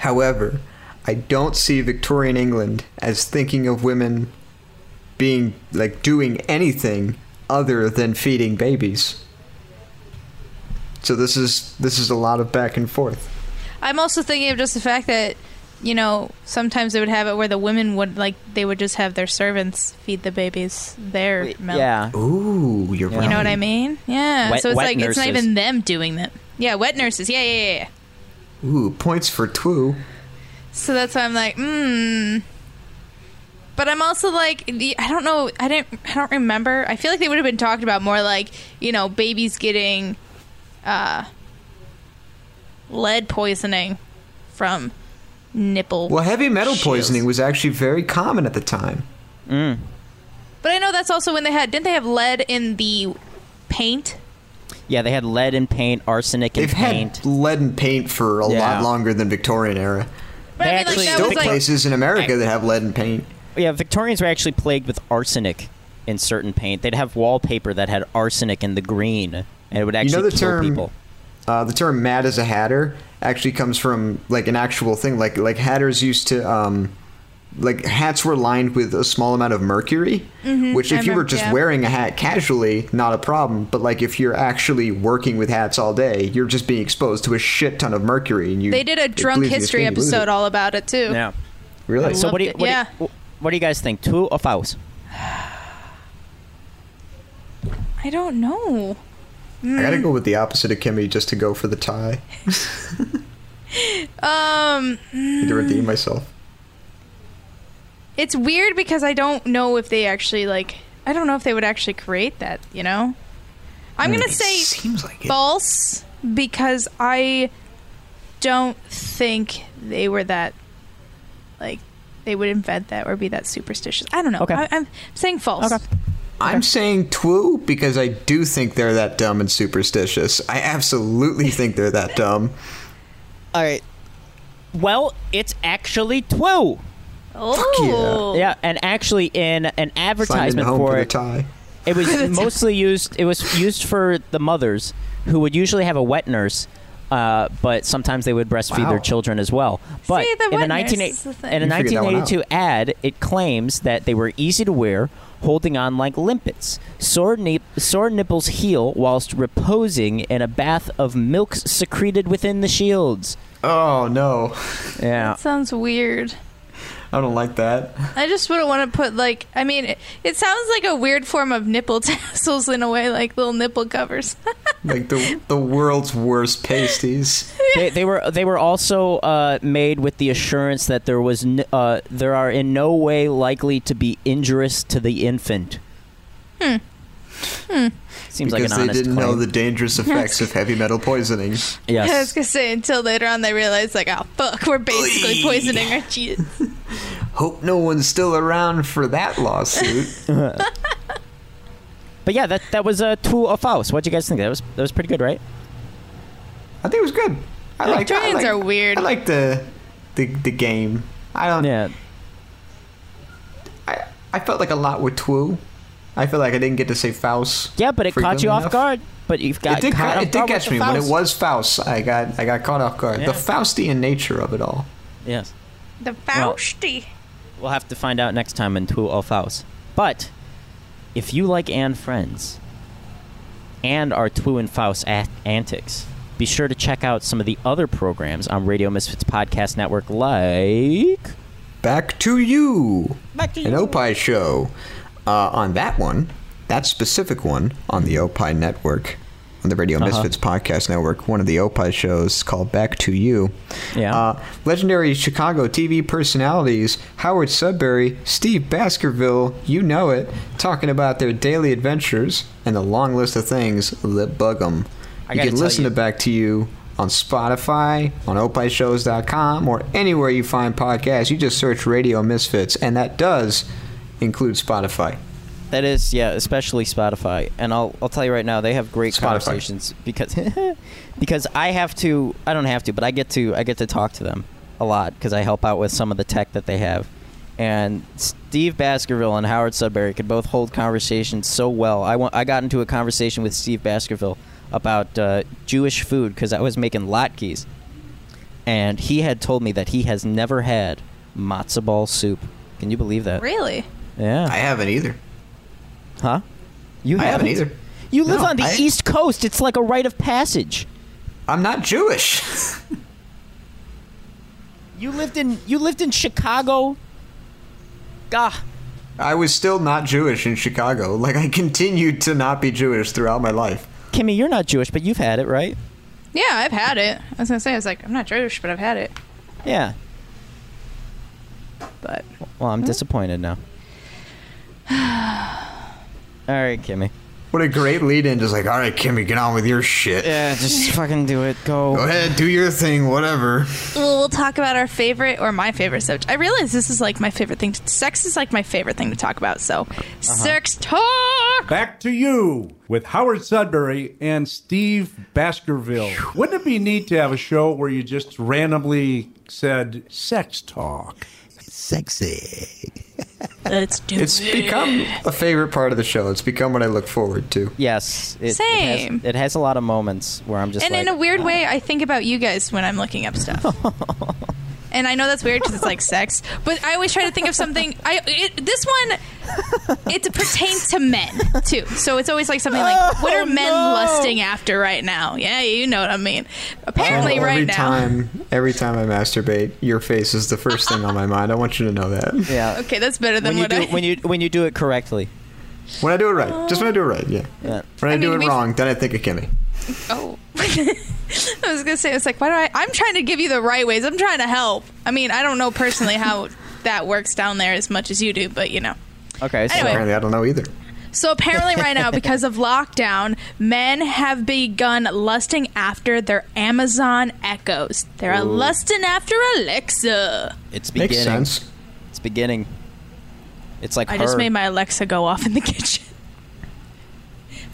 However, I don't see Victorian England as thinking of women being like doing anything other than feeding babies. So this is this is a lot of back and forth. I'm also thinking of just the fact that, you know, sometimes they would have it where the women would like they would just have their servants feed the babies their milk. Yeah. Ooh, you're You know what I mean? Yeah. Wet- so it's wet like it's not nurses. even them doing that. Yeah, wet nurses. Yeah, yeah, yeah, yeah. Ooh, points for two. So that's why I'm like, hmm. But I'm also like, the- I don't know. I didn't. I don't remember. I feel like they would have been talked about more like, you know, babies getting, uh, lead poisoning from nipple. Well, heavy metal shields. poisoning was actually very common at the time. Mm. But I know that's also when they had. Didn't they have lead in the paint? Yeah, they had lead and paint, arsenic and They've paint. had lead and paint for a Yeah. lot longer than Victorian era. But I mean, There's like that still was like. places in America that have lead and paint. Yeah, Victorians were actually plagued with arsenic in certain paint. They'd have wallpaper that had arsenic in the green, and it would actually you know the kill term people. Uh, the term "mad as a hatter" actually comes from like an actual thing. Like like hatters used to um, like hats were lined with a small amount of mercury, Mm-hmm, Mhm, which if I you were remember, just yeah. wearing a hat casually, not a problem. But like if you're actually working with hats all day, you're just being exposed to a shit ton of mercury. And you They did a it drunk leaves your history skin, you lose it. episode all about it too. Yeah. Really? So what do you, loved it, what yeah. do you, what do you guys think? Two or fouls? I don't know. I gotta Mm. go with the opposite of Kimmy just to go for the tie Um. [LAUGHS] to mm. redeem myself. It's weird because I don't know if they actually like. I don't know if they would actually create that. You know, I'm Hmm. gonna It say seems like it. false because I don't think they were that like they would invent that or be that superstitious. I don't know. Okay. I, I'm saying false. I'm saying two because I do think they're that dumb and superstitious. I absolutely think they're that dumb. All right. Well, it's actually two. Oh. Yeah, and actually, in an advertisement home [LAUGHS] for for the it, tie. [LAUGHS] it was The tie. mostly used. It was used for the mothers who would usually have a wet nurse, uh, but sometimes they would breastfeed Wow. their children as well. But the in, a wet 19, nurse is the thing. in a You figured that one out. 1982 ad, it claims that they were easy to wear, holding on like limpets. Sore, nip- sore nipples heal whilst reposing in a bath of milk secreted within the shields. Oh no! Yeah. That sounds weird. I don't like that. I just wouldn't want to put like. I mean, it, it sounds like a weird form of nipple [LAUGHS] tassels in a way, like little nipple covers. Like the the world's worst pasties. they, they were they were also uh, made with the assurance that there was n- uh, there are in no way likely to be injurious to the infant. hmm. Hmm. [LAUGHS] Seems like because an they honest didn't know claim. the dangerous effects of heavy metal poisoning. I was gonna say until later on they realized like, oh fuck, we're basically poisoning our cheese. Hope no one's still around for that lawsuit. [LAUGHS] But yeah, that that was a two of Faust. What'd you guys think? That was that was pretty good, right? I think it was good. I like. Victorians I are like- weird. I like the the the game. I don't. Yeah. I I felt like a lot with Twoo. I feel like I didn't get to say Faust. Yeah, but it caught frequently you off enough. guard. But you've got it did, caught ca- off it did guard with catch the me when it Faust. was Faust. I got I got caught off guard. Yeah. The Faustian nature of it all. Yes. The Well- Fausti. We'll have to find out next time in Two of Faust. But if you like Anne Friends and our Two and Faust a- antics, be sure to check out some of the other programs on Radio Misfits Podcast Network, like Back to you. Back to An you. Opie show. Uh, on that one, that specific one on the Opie network, on the Radio Uh-huh. Misfits podcast network, one of the Opie shows is called Back to You. Yeah. Uh, legendary Chicago TV personalities Howard Sudbury, Steve Baskerville, you know it, talking about their daily adventures and the long list of things that bug them. I you gotta can tell listen you- to Back to You on Spotify, on opishows.com, or anywhere you find podcasts. You just search Radio Misfits, and that does include Spotify. That is, yeah, especially Spotify. And I'll, I'll tell you right now, they have great Spotify. conversations because [LAUGHS] because I have to I don't have to, but I get to I get to talk to them a lot because I help out with some of the tech that they have. and Steve Baskerville and Howard Sudbury could both hold conversations so well. I wa- I got into a conversation with Steve Baskerville about uh, Jewish food because I was making latkes, and he had told me that he has never had matzo ball soup. Can you believe that? Really? Yeah, I haven't either. Huh? You I haven't either. You live No, on the I- East Coast. It's like a rite of passage. I'm not Jewish. [LAUGHS] you lived in you lived in Chicago. Gah. I was still not Jewish in Chicago. Like I continued to not be Jewish throughout my life. Kimmy, you're not Jewish, but you've had it, right? Yeah, I've had it. I was gonna say I was like, I'm not Jewish, but I've had it. Yeah. But well, Hmm? I'm disappointed now. [SIGHS] All right, Kimmy. What a great lead in. Just like, all right, Kimmy, get on with your shit. Yeah, [LAUGHS] just fucking do it. Go. Go ahead, do your thing, whatever. Well, we'll talk about our favorite or my favorite subject. I realize this is like my favorite thing. To, sex is like my favorite thing to talk about. So, sex talk. Back to you with Howard Sudbury and Steve Baskerville. Wouldn't it be neat to have a show where you just randomly said sex talk? Sexy. Let's do It's become a favorite part of the show. It's become what I look forward to. Yes. It, It Same. has, it has a lot of moments where I'm just and like, oh. in a weird way, I think about you guys when I'm looking [LAUGHS] up stuff. and I know that's weird because it's like sex, but I always try to think of something. I it, this one, it pertains to men too, so it's always like something Oh, like, "What are men lusting after right now?" Yeah, you know what I mean. Apparently, Oh, every right time, every time I masturbate, your face is the first thing on my mind. I want you to know that. Yeah. now. Okay, that's better than when you what do I. when you when you do it correctly. When I do it right, just when I do it right, yeah. When I, I do mean, it we've- wrong, then I think of Kimmy. [LAUGHS] Oh. [LAUGHS] I was gonna say it's like why do I? I'm trying to give you the right ways. I'm trying to help. I mean, I don't know personally how that works down there as much as you do, but you know. Okay. so- Anyway. Apparently, I don't know either. So apparently, right now, because of lockdown, men have begun lusting after their Amazon Echoes. They're Ooh. lusting after Alexa. It's beginning. Makes sense. It's beginning. It's like I just her. made my Alexa go off in the kitchen.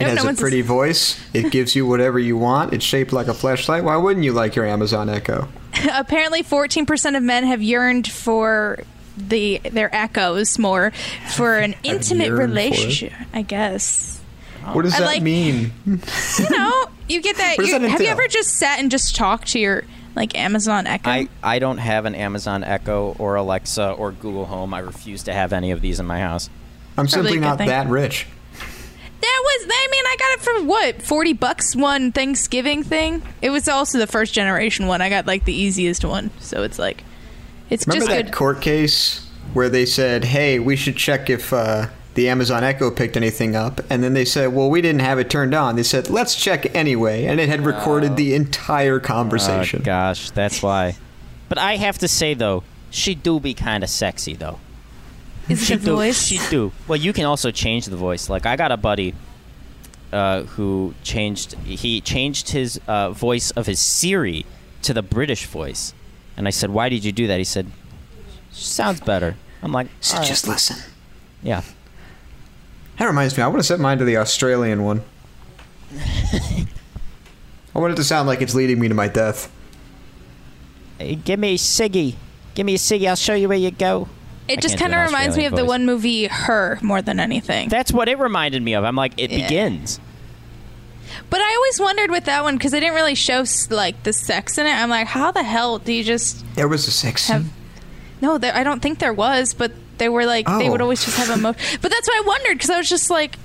I It hope has no a one's [LAUGHS] pretty voice. It gives you whatever you want. It's shaped like a flashlight. Why wouldn't you like your Amazon Echo? apparently 14% of men have yearned for the their echoes more for an intimate yearned for it? relationship i guess Oh. What does I that like- mean? you know you get that, What does you, that have you entail? ever just sat and just talked to your like amazon echo I, I don't have an Amazon Echo or Alexa or Google Home. I refuse to have any of these in my house. I'm Probably simply a good not thing. that rich. that was i mean i got it for what 40 bucks one thanksgiving thing it was also the first generation one i got like the easiest one so it's like it's Remember just that good court case where they said, "Hey, we should check if uh, the Amazon Echo picked anything up," and then they said, "Well, we didn't have it turned on." They said, "Let's check anyway," and it had recorded the entire conversation. Oh, gosh, that's why. But I have to say though, she do be kind of sexy though. Is it she the do, voice? She do. Well, you can also change the voice. Like I got a buddy uh, who changed. He changed his uh, voice of his Siri to the British voice, and I said, "Why did you do that?" He said, "Sounds better." I'm like, So "All right." just listen. Yeah. That reminds me. I want to set mine to the Australian [LAUGHS] one. I want it to sound like it's leading me to my death. Hey, give me a Siggy. Give me a Siggy. I'll show you where you go. it just kind of reminds me of the one movie her more than anything That's what it reminded me of. I'm like, it Yeah. begins. But I always wondered with that one because they didn't really show s- like the sex in it. I'm like, how the hell do you just? There was a sex Have- scene. No, there, I don't think there was, but they were like they Oh. would always just have a mo. but that's why I wondered because I was just like,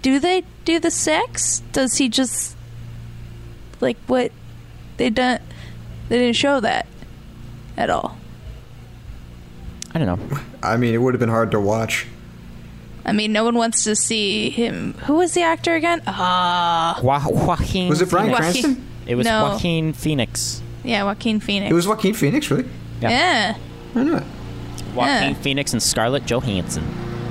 do they do the sex? Does he just like what they don't? They didn't show that at all. I don't [LAUGHS] know. I mean, it would have been hard to watch. I mean, no one wants to see him. Who was the actor again? Ah, Wa- Joaquin. Was it Bryan Joaquin- Cranston? It was No. Joaquin Phoenix. yeah, Joaquin Phoenix. It was Joaquin Phoenix, really. yeah. I know it. Joaquin Yeah. Phoenix and Scarlett Johansson.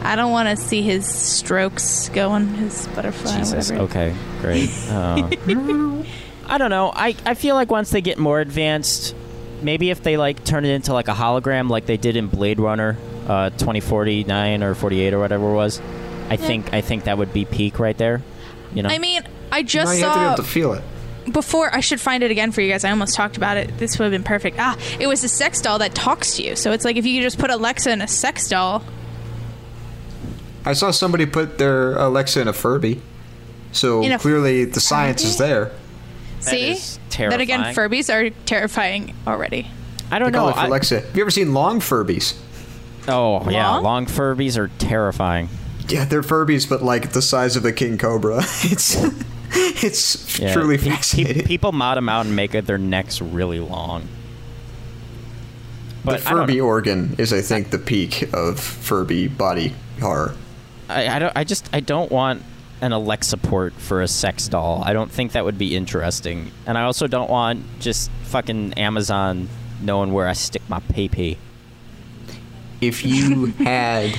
I don't want to see his strokes going, his butterfly. Jesus. Whatever. Okay. [LAUGHS] Great. Uh, I don't know. I, I feel like once they get more advanced, maybe if they like turn it into like a hologram, like they did in Blade Runner, uh, twenty forty nine or forty eight or whatever it was, I think I think that would be peak right there. You know. I mean, I now just you have to be saw able to feel it. before I should find it again for you guys. I almost talked about it. This would have been perfect. Ah, it was a sex doll that talks to you. So it's like if you could just put Alexa in a sex doll. I saw somebody put their Alexa in a Furby, so In a clearly the science is there. See, that again, Furbies are terrifying already. I don't They call know, it for Oh, I- Alexa. Have you ever seen long Furbies? Oh yeah, Long? long Furbies are terrifying. Yeah, they're Furbies, but like the size of a king cobra. [LAUGHS] It's it's Yeah. truly Pe- pe- fascinating. people mod them out and make it their necks really long. the But I don't Furby organ is, I think, the peak of Furby body horror. I, I don't. I just. I don't want an Alexa port for a sex doll. I don't think that would be interesting. And I also don't want just fucking Amazon knowing where I stick my pee pee. If [LAUGHS] you had,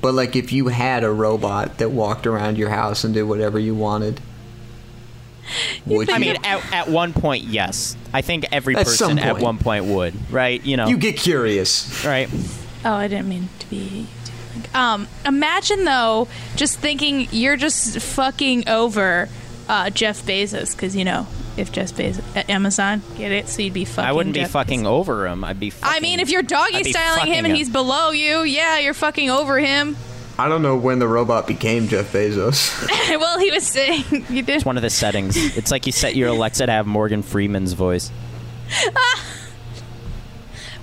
but like if you had a robot that walked around your house and did whatever you wanted, would I you? mean, at, at one point, yes. I think every At some person at point. one point would, right? You know, You get curious, right? Oh, I didn't mean to be. Um, imagine though, just thinking you're just fucking over uh, Jeff Bezos because you know if Jeff Bezos, uh, Amazon, get it, so you'd be fucking. I wouldn't be Jeff fucking Bezos. over him. I'd be. Fucking, I mean, if you're I'd doggy be styling fucking him and he's below you, yeah, you're fucking over him. [LAUGHS] I don't know when the robot became Jeff Bezos. well, he was saying [LAUGHS] you did. It's one of the [LAUGHS] settings. It's like you set your Alexa to have Morgan Freeman's voice.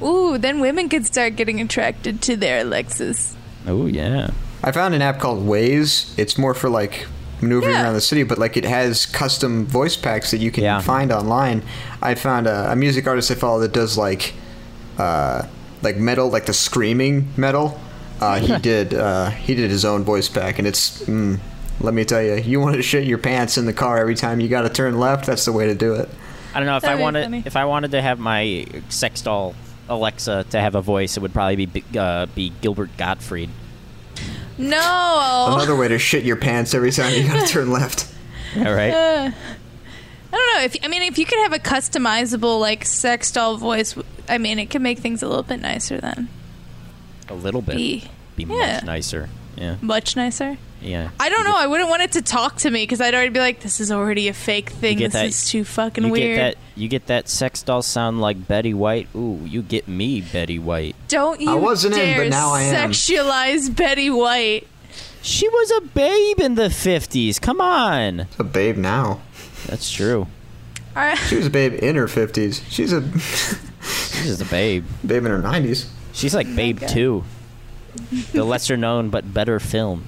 Ooh, then women could start getting attracted to their Alexas. Oh yeah. I found an app called Waze. It's more for like maneuvering around the city, but like it has custom voice packs that you can find online. I found a, a music artist I follow that does like uh, like metal, like the screaming metal. Uh, he did uh, he did his own voice pack, and it's mm, let me tell you, you want to shit your pants in the car every time you got to turn left. That's the way to do it. I don't know if That'd I be wanted funny. if I wanted to have my sex doll Alexa to have a voice, it would probably be uh, be Gilbert Gottfried. No. Another way to shit your pants every time you got to turn left. [LAUGHS] All right. Uh, I don't know. If I mean, if you could have a customizable like sex doll voice, I mean, it could make things a little bit nicer then, A little bit. Be- Be yeah. much nicer. Yeah. much nicer. Yeah. I don't know. I wouldn't want it to talk to me because I'd already be like, "This is already a fake thing. This is too fucking you weird." Get that, you get that sex doll sound like Betty White. Ooh, you get me, Betty White. Don't you I wasn't in, dare but now I am. sexualize Betty White. She was a babe in the 50s. Come on. A babe now. That's true. All right. She was a babe in her fifties. She's a She's just a babe. Babe in her 90s. She's like Babe God. [LAUGHS] 2. The lesser known but better film.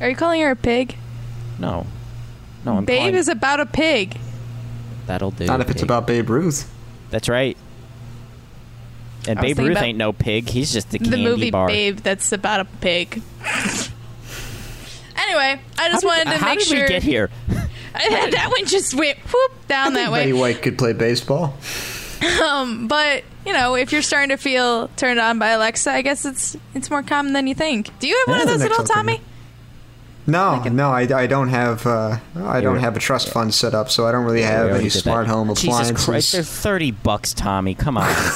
Are you calling her a pig? No. No, I'm Babe calling- is about a pig. That'll do. Not if it's about Babe Ruth. That's right. And I was Babe thinking Ruth about ain't no pig. He's just the The, candy movie bar. Babe that's about a pig. anyway, I just wanted to How make did sure we get here? [LAUGHS] that one just went whoop down that way. Betty White could play baseball. Um, but you know, if you're starting to feel turned on by Alexa, I guess it's it's more common than you think. Do you have one Yeah, of those that's at all, something. Tommy? No, no, I, I don't have uh, I don't we- have a trust fund set up, so I don't really Yeah, we have already any did that. smart home Jesus Christ, they're appliances. thirty bucks, Tommy. Come [LAUGHS] on. I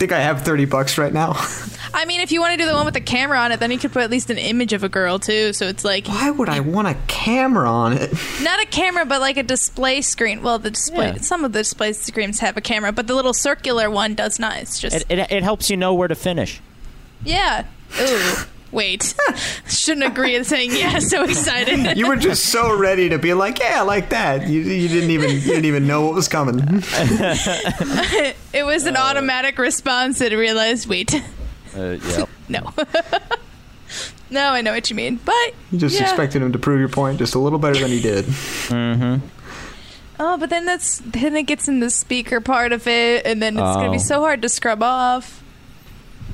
think I have thirty bucks right now. [LAUGHS] I mean, if you want to do the one with the camera on it, then you could put at least an image of a girl too. So it's like Why would I want a camera on it? not a camera, but like a display screen. Well, the display Yeah. some of the display screens have a camera, but the little circular one does not. It's just it, it, it helps you know where to finish. yeah. Ooh, [LAUGHS] wait, shouldn't agree with saying yeah. So [LAUGHS] excited. You were just so ready to be like, yeah, I like that. You, you didn't even you didn't even know what was coming. it was an automatic response that realized wait. yeah. No. no, I know what you mean. But You just yeah. expected him to prove your point just a little better than he did. mm-hmm. Oh, but then that's then it gets in the speaker part of it and then it's gonna be Oh. so hard to scrub off.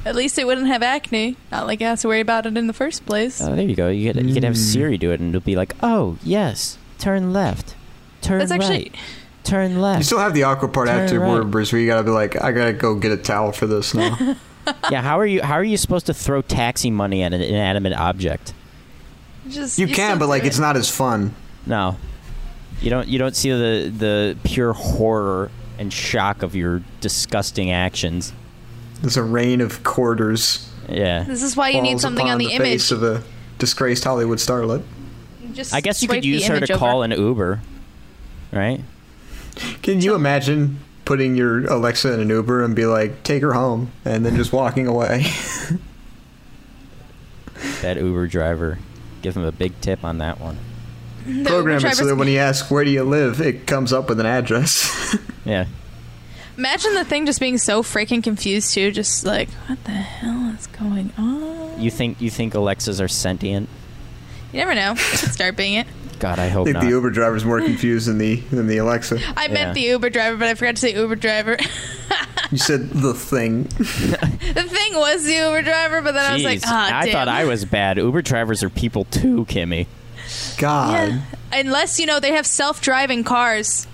At least it wouldn't have acne. Not like I have to worry about it in the first place. Uh, Oh, there you go. You could you could have Hmm. Mm. Siri do it, and it'll be like, "Oh yes, turn left, turn That's actually- right, turn left." You still have the awkward part Turn afterwards where you gotta be like, I gotta go get a towel for this now. yeah. How are you? How are you supposed to throw taxi money at an inanimate object? Just you can, but like it's not as fun. No, you don't. You don't see the the pure horror and shock of your disgusting actions. There's a rain of quarters. Yeah. This is why Oh, you need falls something upon on the image. Face of a disgraced Hollywood starlet. Just I guess you swipe could the use her image to over. call an Uber. right? Can you imagine putting your Alexa in an Uber and be like, "Take her home," and then just walking [LAUGHS] away? That Uber driver, give him a big tip on that one. Program Uber it so that driver's- when he asks, "Where do you live?" it comes up with an address. [LAUGHS] yeah. Imagine the thing just being so freaking confused too, just like what the hell is going on? You think you think Alexas are sentient? You never know. They could start being it. God, I hope think not. the Uber driver's more confused than the than the Alexa. I meant the Uber driver, but I forgot to say Uber driver. [LAUGHS] You said the thing. the thing was the Uber driver, but then I was like, Jeez, ah, I damn. thought I was bad. Uber drivers are people too, Kimmy. God. Yeah. Unless you know they have self-driving cars.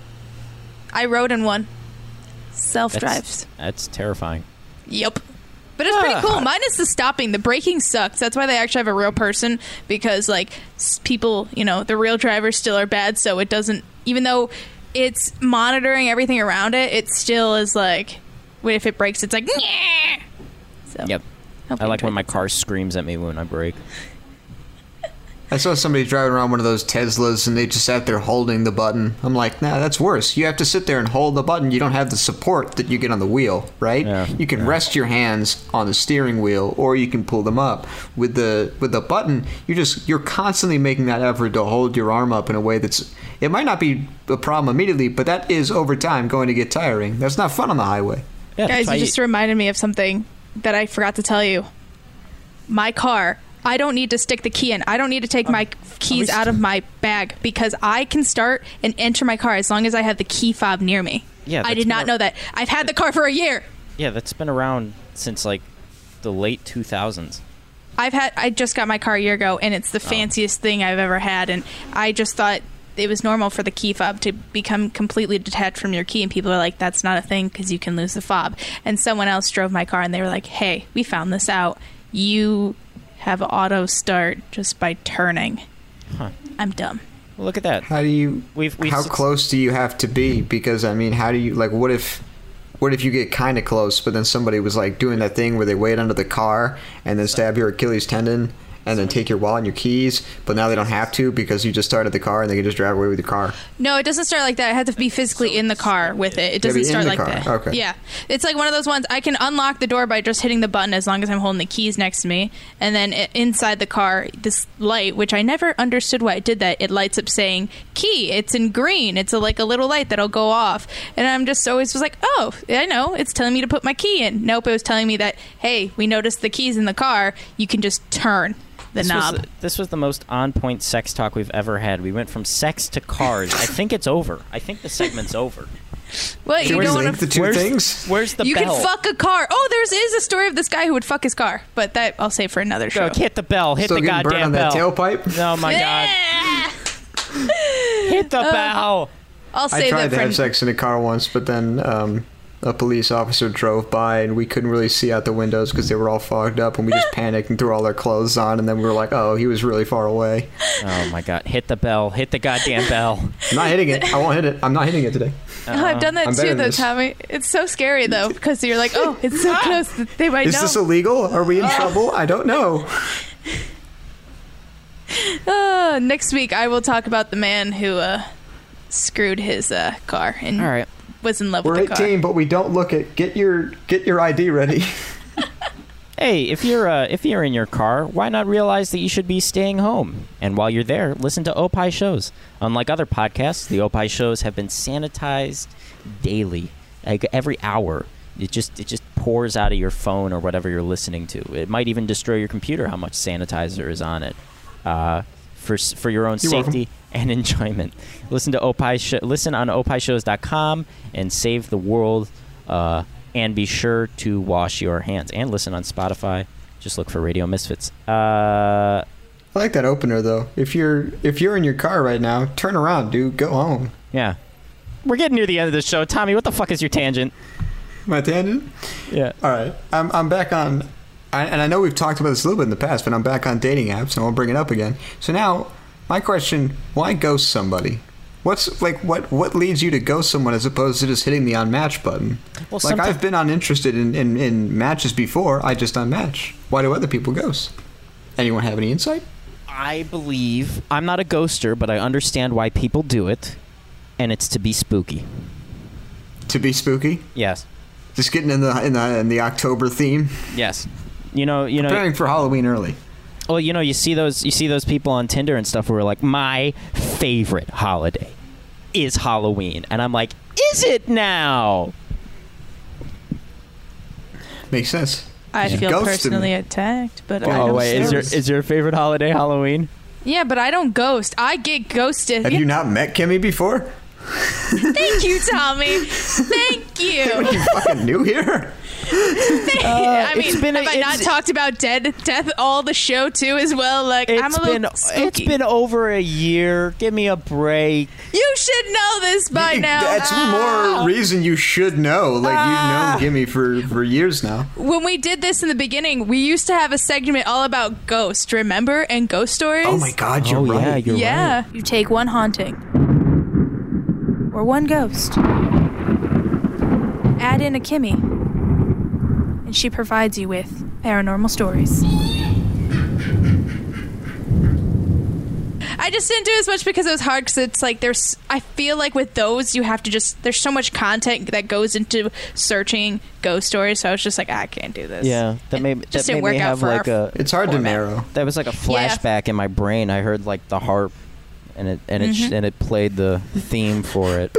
I rode in one. Self drives. That's terrifying. Yep. But it's pretty Ah. cool. Minus the stopping. The braking sucks. That's why they actually have a real person because, like, s- people, you know, the real drivers still are bad. So it doesn't, even though it's monitoring everything around it, it still is like, wait, if it breaks, it's like, "Nyeh." Yep. Hope I you like when enjoyed my car screams at me when I brake. I saw somebody driving around one of those Teslas and they just sat there holding the button. I'm like, nah, that's worse. You have to sit there and hold the button. You don't have the support that you get on the wheel, right? you can rest your hands on the steering wheel or you can pull them up. With the with the button, you just you're constantly making that effort to hold your arm up in a way that's it might not be a problem immediately, but that is over time going to get tiring. That's not fun on the highway. Guys, you just reminded me of something that I forgot to tell you. My car. I don't need to stick the key in. I don't need to Oh. take my keys out of my bag because I can start and enter my car as long as I have the key fob near me. Yeah, I that's did not more- know that. I've had the car for a year. Yeah, that's been around since like the late 2000s. I've had I just got my car a year ago and it's the fanciest thing I've ever had and I just thought it was normal for the key fob to become completely detached from your key and people are like that's not a thing cuz you can lose the fob and someone else drove my car and they were like hey we found this out you have auto start just by turning Huh. I'm dumb Look at that. How do you? We've, we've how suc- close do you have to be? Because I mean, how do you like? What if? What if you get kind of close, but then somebody was like doing that thing where they wait under the car and then stab your Achilles tendon and then take your wallet and your keys, but now they don't have to because you just started the car and they can just drive away with your car. No, it doesn't start like that. I have to be physically in the car with it. It Yeah, be doesn't in start the like car. that. Okay. Yeah. It's like one of those ones I can unlock the door by just hitting the button as long as I'm holding the keys next to me. And then i inside the car, this light, which I never understood why it did that, it lights up saying key. It's in green. It's a, like a little light that'll go off. And I'm just always was like, oh, I know. It's telling me to put my key in. Nope. It was telling me that, hey, we noticed the keys in the car. You can just turn the this knob. Was, this was the most on point sex talk we've ever had. We went from sex to cars. I think it's over. I think the segment's over. What you don't want to where's, Where's the you bell? can fuck a car. Oh, there's is a story of this guy who would fuck his car, but that I'll save for another show. Go, hit the bell. Hit Still the getting goddamn burned on bell. that tailpipe. Oh my god. Hit the Uh, bell. I'll I save tried that to for. have sex in a car once, but then um, a police officer drove by and we couldn't really see out the windows because they were all fogged up, and we [LAUGHS] just panicked and threw all our clothes on, and then we were like, "Oh, he was really far away." Oh my god. Hit the bell. Hit the goddamn bell. I'm not hitting it. I won't hit it. I'm not hitting it today. Oh, I've done that I'm better too, than though, this. Tommy. It's so scary [LAUGHS] though because you're like, oh, it's so close. that They might Is know. this illegal? Are we in Oh. trouble? I don't [LAUGHS] know. Uh, next week, I will talk about the man who uh, screwed his uh, car and All right. was in love We're with the car. 18, but we don't look it. Get your get your ID ready. [LAUGHS] Hey, if you're uh, if you're in your car, why not realize that you should be staying home? And while you're there, listen to Opie shows. Unlike other podcasts, the Opie shows have been sanitized daily, like every hour. It just it just pours out of your phone or whatever you're listening to. It might even destroy your computer how much sanitizer is on it. Uh, for s- for your own You're welcome. safety [LAUGHS] and enjoyment, listen to Opie Sho listen on opishows.com and save the world. Uh, and be sure to wash your hands and listen on Spotify. Just look for Radio Misfits. I Uh, like that opener though. If you're if you're in your car right now, turn around, dude. Go home. yeah, we're getting near the end of the show. Tommy, what the fuck is your tangent? My tangent. Yeah. All right. I'm I'm back on. I, and I know we've talked about this a little bit in the past, but I'm back on dating apps, and I'll bring it up again. So now, my question: Why ghost somebody? What's like what what leads you to ghost someone as opposed to just hitting the unmatch button? Well, like someti- I've been uninterested in, in, in matches before. I just unmatch. Why do other people ghost? Anyone have any insight? I believe I'm not a ghoster, but I understand why people do it. and it's to be spooky. To be spooky? Yes. Just getting in the in the, in the October theme. Yes. You know, you know, preparing for Halloween early. Well, you know, you see those you see those people on Tinder and stuff who are like, my favorite holiday is Halloween, and I'm like, is it now? Makes sense. I Yeah. feel Ghosted personally me. attacked, but I Oh don't wait, is your ghost. is your favorite holiday Halloween? yeah, but I don't ghost. I get ghosted. Have you not met Kimmy before? [LAUGHS] Thank you, [LAUGHS] Tommy. Thank you. You fucking new [LAUGHS] here? I mean, it's been a- have I not it's- talked about dead death all the show too as well? Like I'm It's a little. been it's been over a year. Give me a break. you should know [LAUGHS] this by now. Ah. That's more reason you should know. Like you've known Kimmy for for years now. When we did Ah. this in the beginning, we used to have a segment all about ghosts. Remember and ghost stories. Oh my God, you're right. yeah, you take one haunting or one ghost, add in a Kimmy, and she provides you with paranormal stories. I just didn't do as much because it was hard. Because it's like there's, I feel like with those you have to just there's so much content that goes into searching ghost stories. So I was just like, "Ah, I can't do this. Yeah, that made just that didn't made me work out have for like our a. It's hard to narrow. That was like a flashback in my brain. I heard like the harp, and it and it Mhm. and it played the theme for it.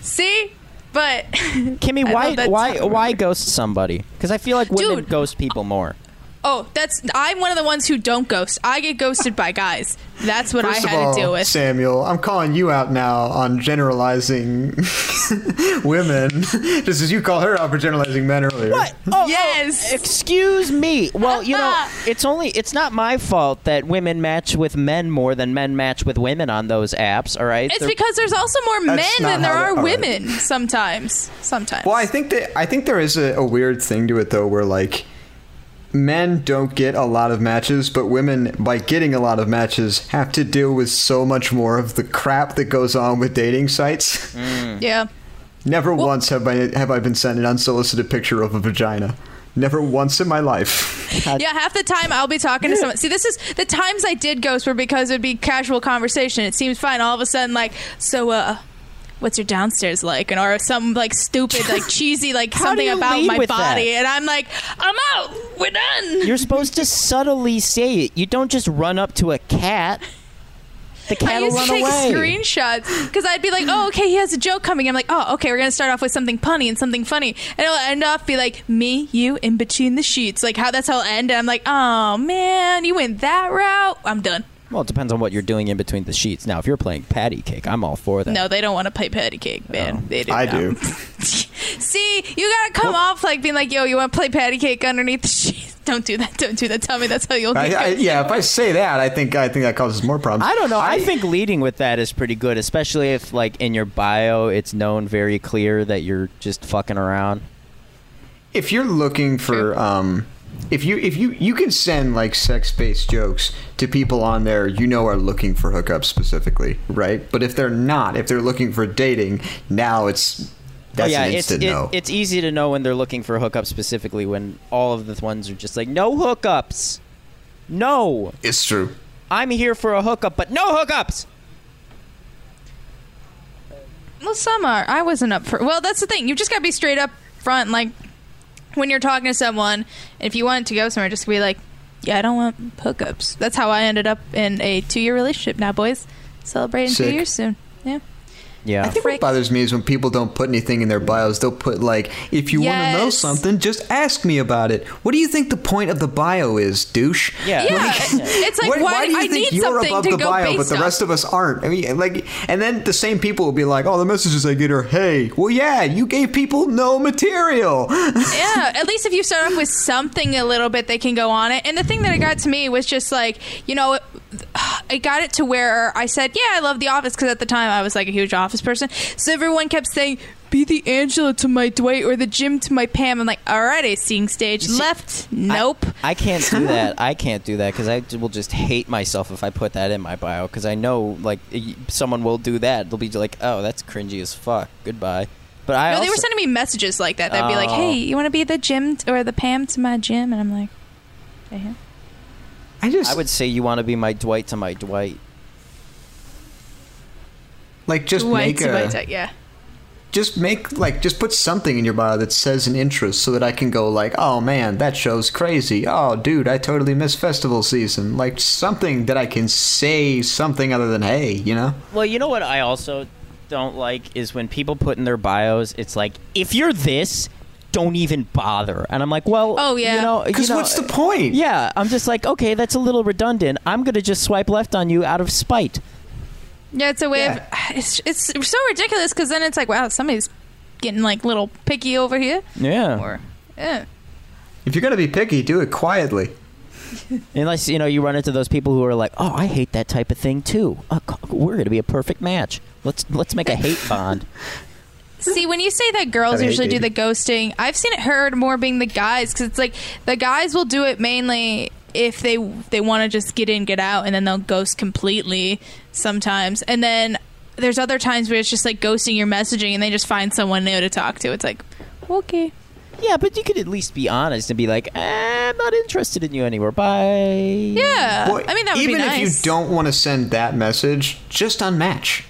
See, but Kimmy, why why why ghost somebody? Because I feel like women ghost people more. Oh, that's I'm one of the ones who don't ghost. I get ghosted by guys. That's what First I had of all, to deal with. Samuel, I'm calling you out now on generalizing [LAUGHS] women, [LAUGHS] just as you call her out for generalizing men earlier. What? Oh, yes. excuse me. Well, you know, it's only it's not my fault that women match with men more than men match with women on those apps. All right, It's They're- because there's also more That's men not than there how are it- all right. women sometimes. Sometimes. Well, I think that I think there is a, a weird thing to it though, where like men don't get a lot of matches, but women, by getting a lot of matches, have to deal with so much more of the crap that goes on with dating sites. [LAUGHS] Yeah. Never once have I have I been sent an unsolicited picture of a vagina. Never once in my [LAUGHS] life. Yeah, half the time I'll be talking to someone. See, this is the times I did ghost were because it'd be casual conversation. It seems fine. All of a sudden, like, so, uh, what's your downstairs like? And or some like [LAUGHS] stupid, like cheesy, like How do something you about lead my with body, that? and I'm like, I'm out. We're done. You're supposed to subtly say it. You don't just run up to a cat. The I cat will used run to take away. screenshots because I'd be like, "Oh, okay, he has a joke coming." I'm like, "Oh, okay, we're gonna start off with something punny and something funny," and it'll end off be like, "Me, you, in between the sheets." Like how that's how it'll end. And I'm like, "Oh man, you went that route. I'm done." Well, it depends on what you're doing in between the sheets. Now, if you're playing patty cake, I'm all for that. No, they don't want to play patty cake, man. They do. I not. do. [LAUGHS] See, you gotta come off like being like, "Yo, you want to play patty cake underneath the sheets?" [LAUGHS] Don't do that. Don't do that. Tell me that's how you'll get. I, I, yeah, if I say that, I think I think that causes more problems. I don't know. I, think leading with that is pretty good, especially if like in your bio it's known very clear that you're just fucking around. if you're looking for um if you if you you can send like sex-based jokes to people on there you know are looking for hookups specifically right but if they're not if they're looking for dating now it's that's oh, yeah, an it's instant it- no it's easy to know when they're looking for hookups specifically when all of the ones are just like no hookups. No. It's true. I'm here for a hookup, but no hookups. Well, some are. I wasn't up for. Well, that's the thing. You just gotta be straight up front. Like when you're talking to someone, if you want to go somewhere, just be like, "Yeah, I don't want hookups." That's how I ended up in a two-year relationship. Now, boys, celebrating two Sick. years soon. Yeah. yeah I think what bothers me is when people don't put anything in their bios. They'll put like, "If you want to know Yes. something, just ask me about it." What do you think the point of the bio is, douche? Yeah. Like- it's like Why- why, why do you I think need you're something above to the go bio, but based the rest of us aren't? I mean, like, and then the same people will be like, "Oh, the messages I get are, hey, well, yeah, you gave people no material." [LAUGHS] yeah, at least if you start off with something a little bit, they can go on it. And the thing that it got to me was just like, you know, [SIGHS] it, it got it to where I said, yeah, I love The Office because at the time I was like a huge Office person. So everyone kept saying, be the Angela to my Dwight or the Jim to my Pam. I'm like, alrighty, seeing stage left. Nope. I can't [LAUGHS] do that. I can't do that because I will just hate myself if I put that in my bio because I know like y- someone will do that. They'll be like, "Oh, that's cringy as fuck. Goodbye." But I no, also, they were sending me messages like that. They'd be like, Oh. hey, you want to be the Jim t- or the Pam to my Jim? And I'm like, yeah. I just I would say you want to be my Dwight to my Dwight. Like just White make a Subaita, yeah. just make like just put something in your bio that says an interest so that I can go like, oh man, that show's crazy. Oh dude, I totally miss festival season. Like something that I can say something other than hey, you know? Well, you know what I also don't like is when people put in their bios, it's like, if you're this, don't even bother. And I'm like, well, Oh, yeah. you know, you 'Cause know- uh, what's the point? Yeah, I'm just like, okay, that's a little redundant. I'm gonna just swipe left on you out of spite. Yeah, it's a way of [SIGHS] it's it's so ridiculous because then it's like, wow, somebody's getting like little picky over here. Yeah. Uh-huh. Yeah. If you're gonna be picky, do it quietly. Unless you know you run into those people who are like, "Oh, I hate that type of thing too. Uh, c- we're going to be a perfect match. Let's let's make a hate bond." See, when you say that girls Kinda hate usually do the dating. ghosting, I've seen it heard more being the guys because it's like the guys will do it mainly if they they want to just get in, get out, and then they'll ghost completely sometimes. And then there's other times where it's just like ghosting your messaging, and they just find someone new to talk to. It's like, okay, Yeah, but you could at least be honest and be like, "Eh, "I'm not interested in you anymore. Bye." Uh, yeah. Boy, I mean, that would even be nice. if you don't want to send that message, just unmatch.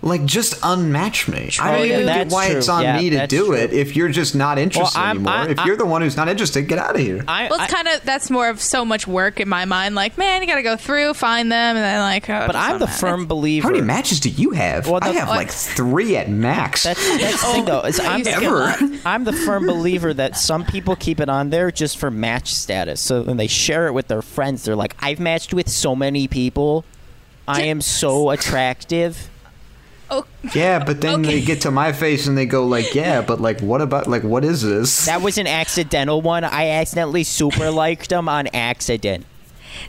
Like just unmatch me. I True. don't even get Oh, That's why it's true. on Yeah, me to that's do true. it if you're just not interested I'm- anymore. I- if I- you're the one who's not interested, get out of here. well, it's kind of that's more of so much work in my mind. Like, man, you got to go through, find them, and then like. Oh, But just I'm the unmatch. firm believer. How many matches do you have? I have [LAUGHS] like three at max. That's, that's Oh, the thing, though. Is I'm, I used to get a lot. [LAUGHS] I'm the firm believer that some people keep it on there just for match status. So when they share it with their friends, they're like, I've matched with so many people. I am so attractive. [LAUGHS] Yeah, but then they get to my face and they go [LAUGHS] like, "Yeah, but like, what about like, what is this?" That was an accidental one. I accidentally super liked him on accident.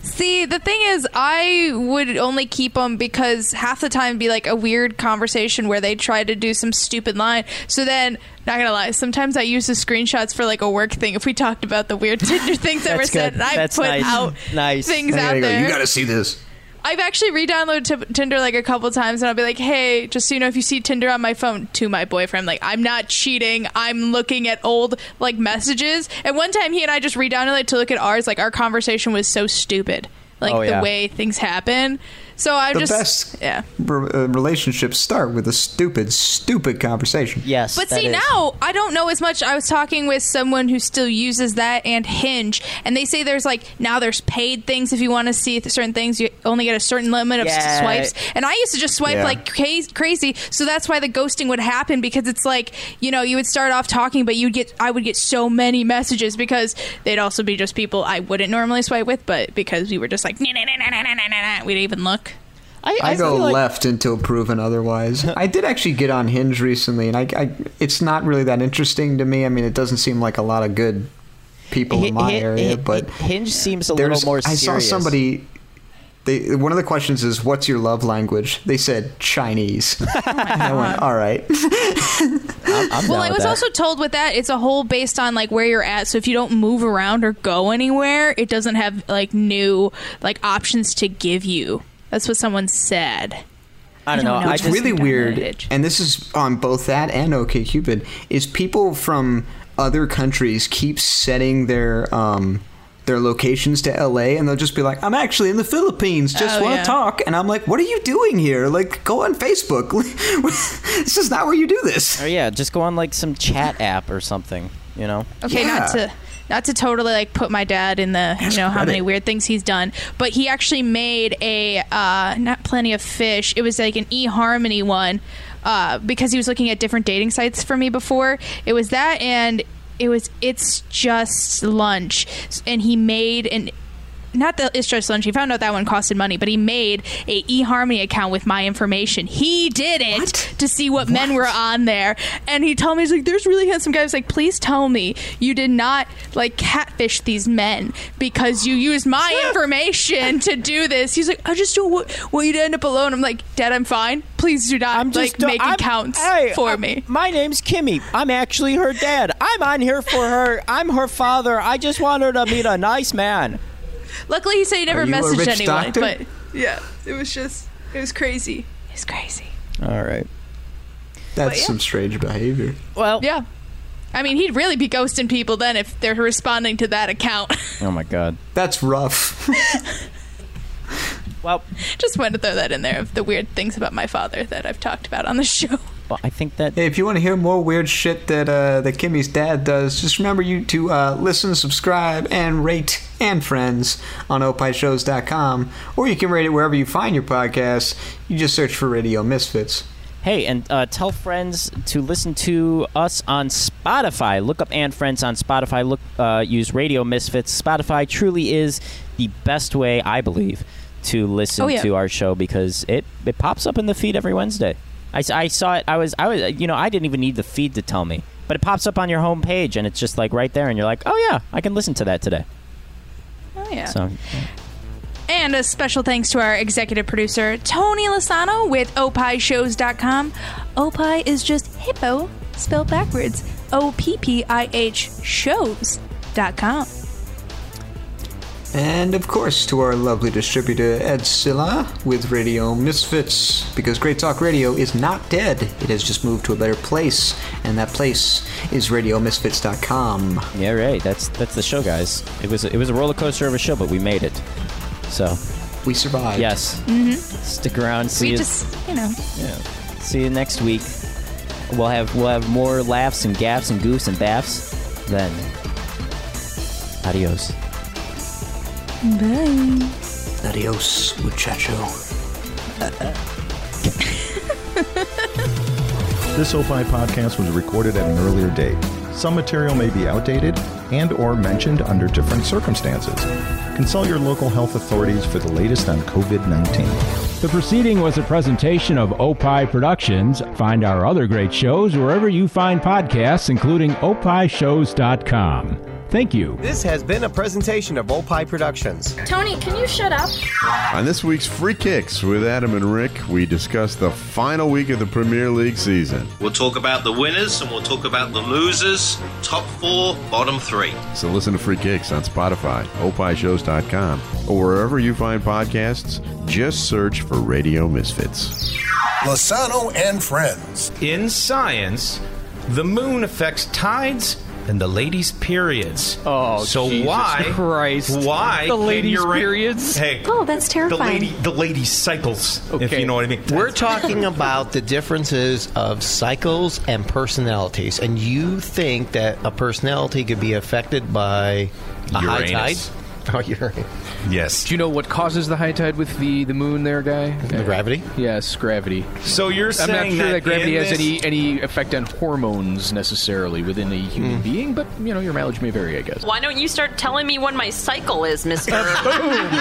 See, the thing is, I would only keep them because half the time it'd be like a weird conversation where they try to do some stupid line. So then, not gonna lie, sometimes I use the screenshots for like a work thing. If we talked about the weird [LAUGHS] Tinder things that were That's said, good. and I That's put nice. out nice. things And I out gotta go, there. You got to see this. I've actually re-downloaded t- Tinder like a couple times, and I'll be like, "Hey, just so you know, if you see Tinder on my phone, to my boyfriend, like I'm not cheating. I'm looking at old like messages." And one time, he and I just re-downloaded to look at ours. Like our conversation was so stupid, like Oh, yeah. the way things happen. So I the just best yeah. re- uh, relationships start with a stupid, stupid conversation. Yes, But see, now I don't know as much. I was talking with someone who still uses that and Hinge, and they say there's like now there's paid things if you want to see th- certain things. You only get a certain limit of s- Yeah. swipes. And I used to just swipe Yeah. like ca- crazy, so that's why the ghosting would happen because it's like you know you would start off talking, but you'd get I would get so many messages because they'd also be just people I wouldn't normally swipe with, but because we were just like [LAUGHS] nah, nah, nah, nah, nah, nah, nah, nah, nah, we'd even look. I, go left until proven [LAUGHS] otherwise. I did actually get on Hinge recently, and I, I- it's not really that interesting to me. I mean, it doesn't seem like a lot of good people in my Hi- hi- area, hi- but Hinge seems a there's. little more I serious. saw somebody. They, one of the questions is, "What's your love language?" They said Chinese. and I went, "All right." I'm, I'm down well, with I was that. also told with that it's a whole based on like where you're at. So if you don't move around or go anywhere, it doesn't have like new like options to give you. That's what someone said. I don't know. I What's just- really weird, and this is on both that and OKCupid, is people from other countries keep setting their um, their locations to LA, and they'll just be like, "I'm actually in the Philippines, just Oh, want to yeah. talk," and I'm like, "What are you doing here? Like, go on Facebook. [LAUGHS] this is not where you do this." Or yeah, just go on like some chat app or something. You know. Okay, not to not to totally like put my dad in the you know how many Reddit. weird things he's done, but he actually made a uh, not plenty of fish. It was like an eHarmony one uh, because he was looking at different dating sites for me before. It was that and it was it's just lunch, and he made an. Not the it's just lunch. He found out that one costed money, but he made a eHarmony account with my information. He did it to see what, men were on there, and he told me he's like, "There's really handsome guys." Like, please tell me you did not like catfish these men because you [LAUGHS] used my information to do this. He's like, "I just don't want, want you to end up alone." I'm like, "Dad, I'm fine. Please do not like make I'm- accounts hey, for I'm- me." My name's Kimmy. I'm actually her dad. I'm on here for her. I'm her father. I just want her to meet a nice man. Luckily, he said he never Are you a messaged rich anyone, doctor? but yeah, it was just it was crazy. It's crazy. All right. That's some strange behavior. Well, yeah. I mean, he'd really be ghosting people then if they're responding to that account. Oh my god. That's rough. Well, [LAUGHS] just wanted to throw that in there of the weird things about my father that I've talked about on the [LAUGHS] show. Well, I think that hey, if you want to hear more weird shit that uh, that Kimmy's dad does, just remember you to uh, listen, subscribe, and rate and friends on opishows.com, or you can rate it wherever you find your podcast. You just search for Radio Misfits. Hey, and uh, tell friends to listen to us on Spotify. Look up and friends on Spotify. Look, uh, use Radio Misfits. Spotify truly is the best way, I believe, to listen Oh, yeah. to our show because it, it pops up in the feed every Wednesday. I, s- I saw it. I was I was you know I didn't even need the feed to tell me, but it pops up on your home page and it's just like right there, and you're like, oh yeah, I can listen to that today. Oh yeah. So And a special thanks to our executive producer, Tony Lasano with opishows.com. Opie is just hippo spelled backwards. O P P I H shows.com. And of course, to our lovely distributor Ed Silla with Radio Misfits, because Great Talk Radio is not dead. It has just moved to a better place, and that place is RadioMisfits.com. Yeah, right. That's that's the show, guys. It was it was a roller coaster of a show, but we made it. So we survived. Yes. Mhm. Stick around. See We you. just, you know. yeah. See you next week. We'll have we'll have more laughs and gaffs and goofs and baffs. Then. Adios. Bye. Adios, muchacho. This OPI podcast was recorded at an earlier date. Some material may be outdated and or mentioned under different circumstances. Consult your local health authorities for the latest on COVID-19. The proceeding was a presentation of Opie Productions. Find our other great shows wherever you find podcasts, including opishows.com. Thank you. This has been a presentation of Opie Productions. Tony, can you shut up? On this week's Free Kicks with Adam and Rick, we discuss the final week of the Premier League season. We'll talk about the winners and we'll talk about the losers. Top four, bottom three. So listen to Free Kicks on Spotify, opishows.com, or wherever you find podcasts. Just search for Radio Misfits. Lasano and friends. In science, the moon affects tides and the ladies' periods. Oh, so Jesus why? Christ. Why? The can ladies' Uran- periods? Hey. Oh, that's terrifying. The lady, the lady cycles. If you know what I mean. We're talking about the differences of cycles and personalities, and you think that a personality could be affected by a high Uranus. tide? [LAUGHS] Oh, Uranus. Yes. Do you know what causes the high tide with the, the moon there, guy? Uh, Gravity. Yes, gravity. So you're I'm saying not sure that that, gravity in has this- any any effect on hormones necessarily within a Hmm. human being, but you know your mileage may vary, I guess. Why don't you start telling me when my cycle is, Mister? [LAUGHS]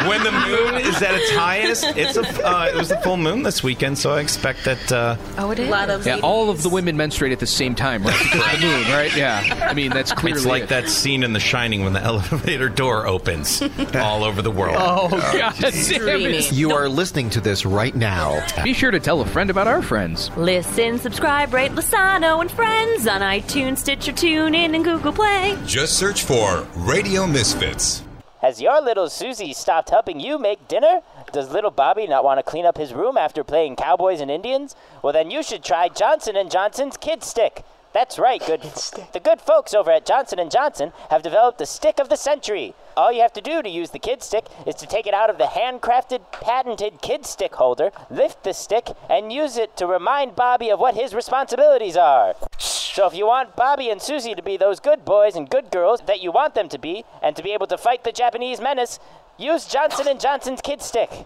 when the moon is at its highest, it's a, uh, it was the full moon this weekend, so I expect that. Uh, Oh, it is. Yeah, all of the women menstruate at the same time, right? Because of the moon, right? Yeah. I mean, that's clearly It's like it. that scene in The Shining when the [LAUGHS] elevator door opens all over the world. [LAUGHS] Uh, Oh, God damn it. You are listening to this right now. Be sure to tell a friend about our friends. Listen, subscribe, rate Lasano and friends on iTunes, Stitcher, TuneIn, and Google Play. Just search for Radio Misfits. Has your little Susie stopped helping you make dinner? Does little Bobby not want to clean up his room after playing Cowboys and Indians? Well, then you should try Johnson and Johnson's Kid Stick. That's right, good. The good folks over at Johnson and Johnson have developed the stick of the century. All you have to do to use the kid stick is to take it out of the handcrafted, patented kid stick holder, lift the stick, and use it to remind Bobby of what his responsibilities are. So if you want Bobby and Susie to be those good boys and good girls that you want them to be, and to be able to fight the Japanese menace, use Johnson and Johnson's kid stick.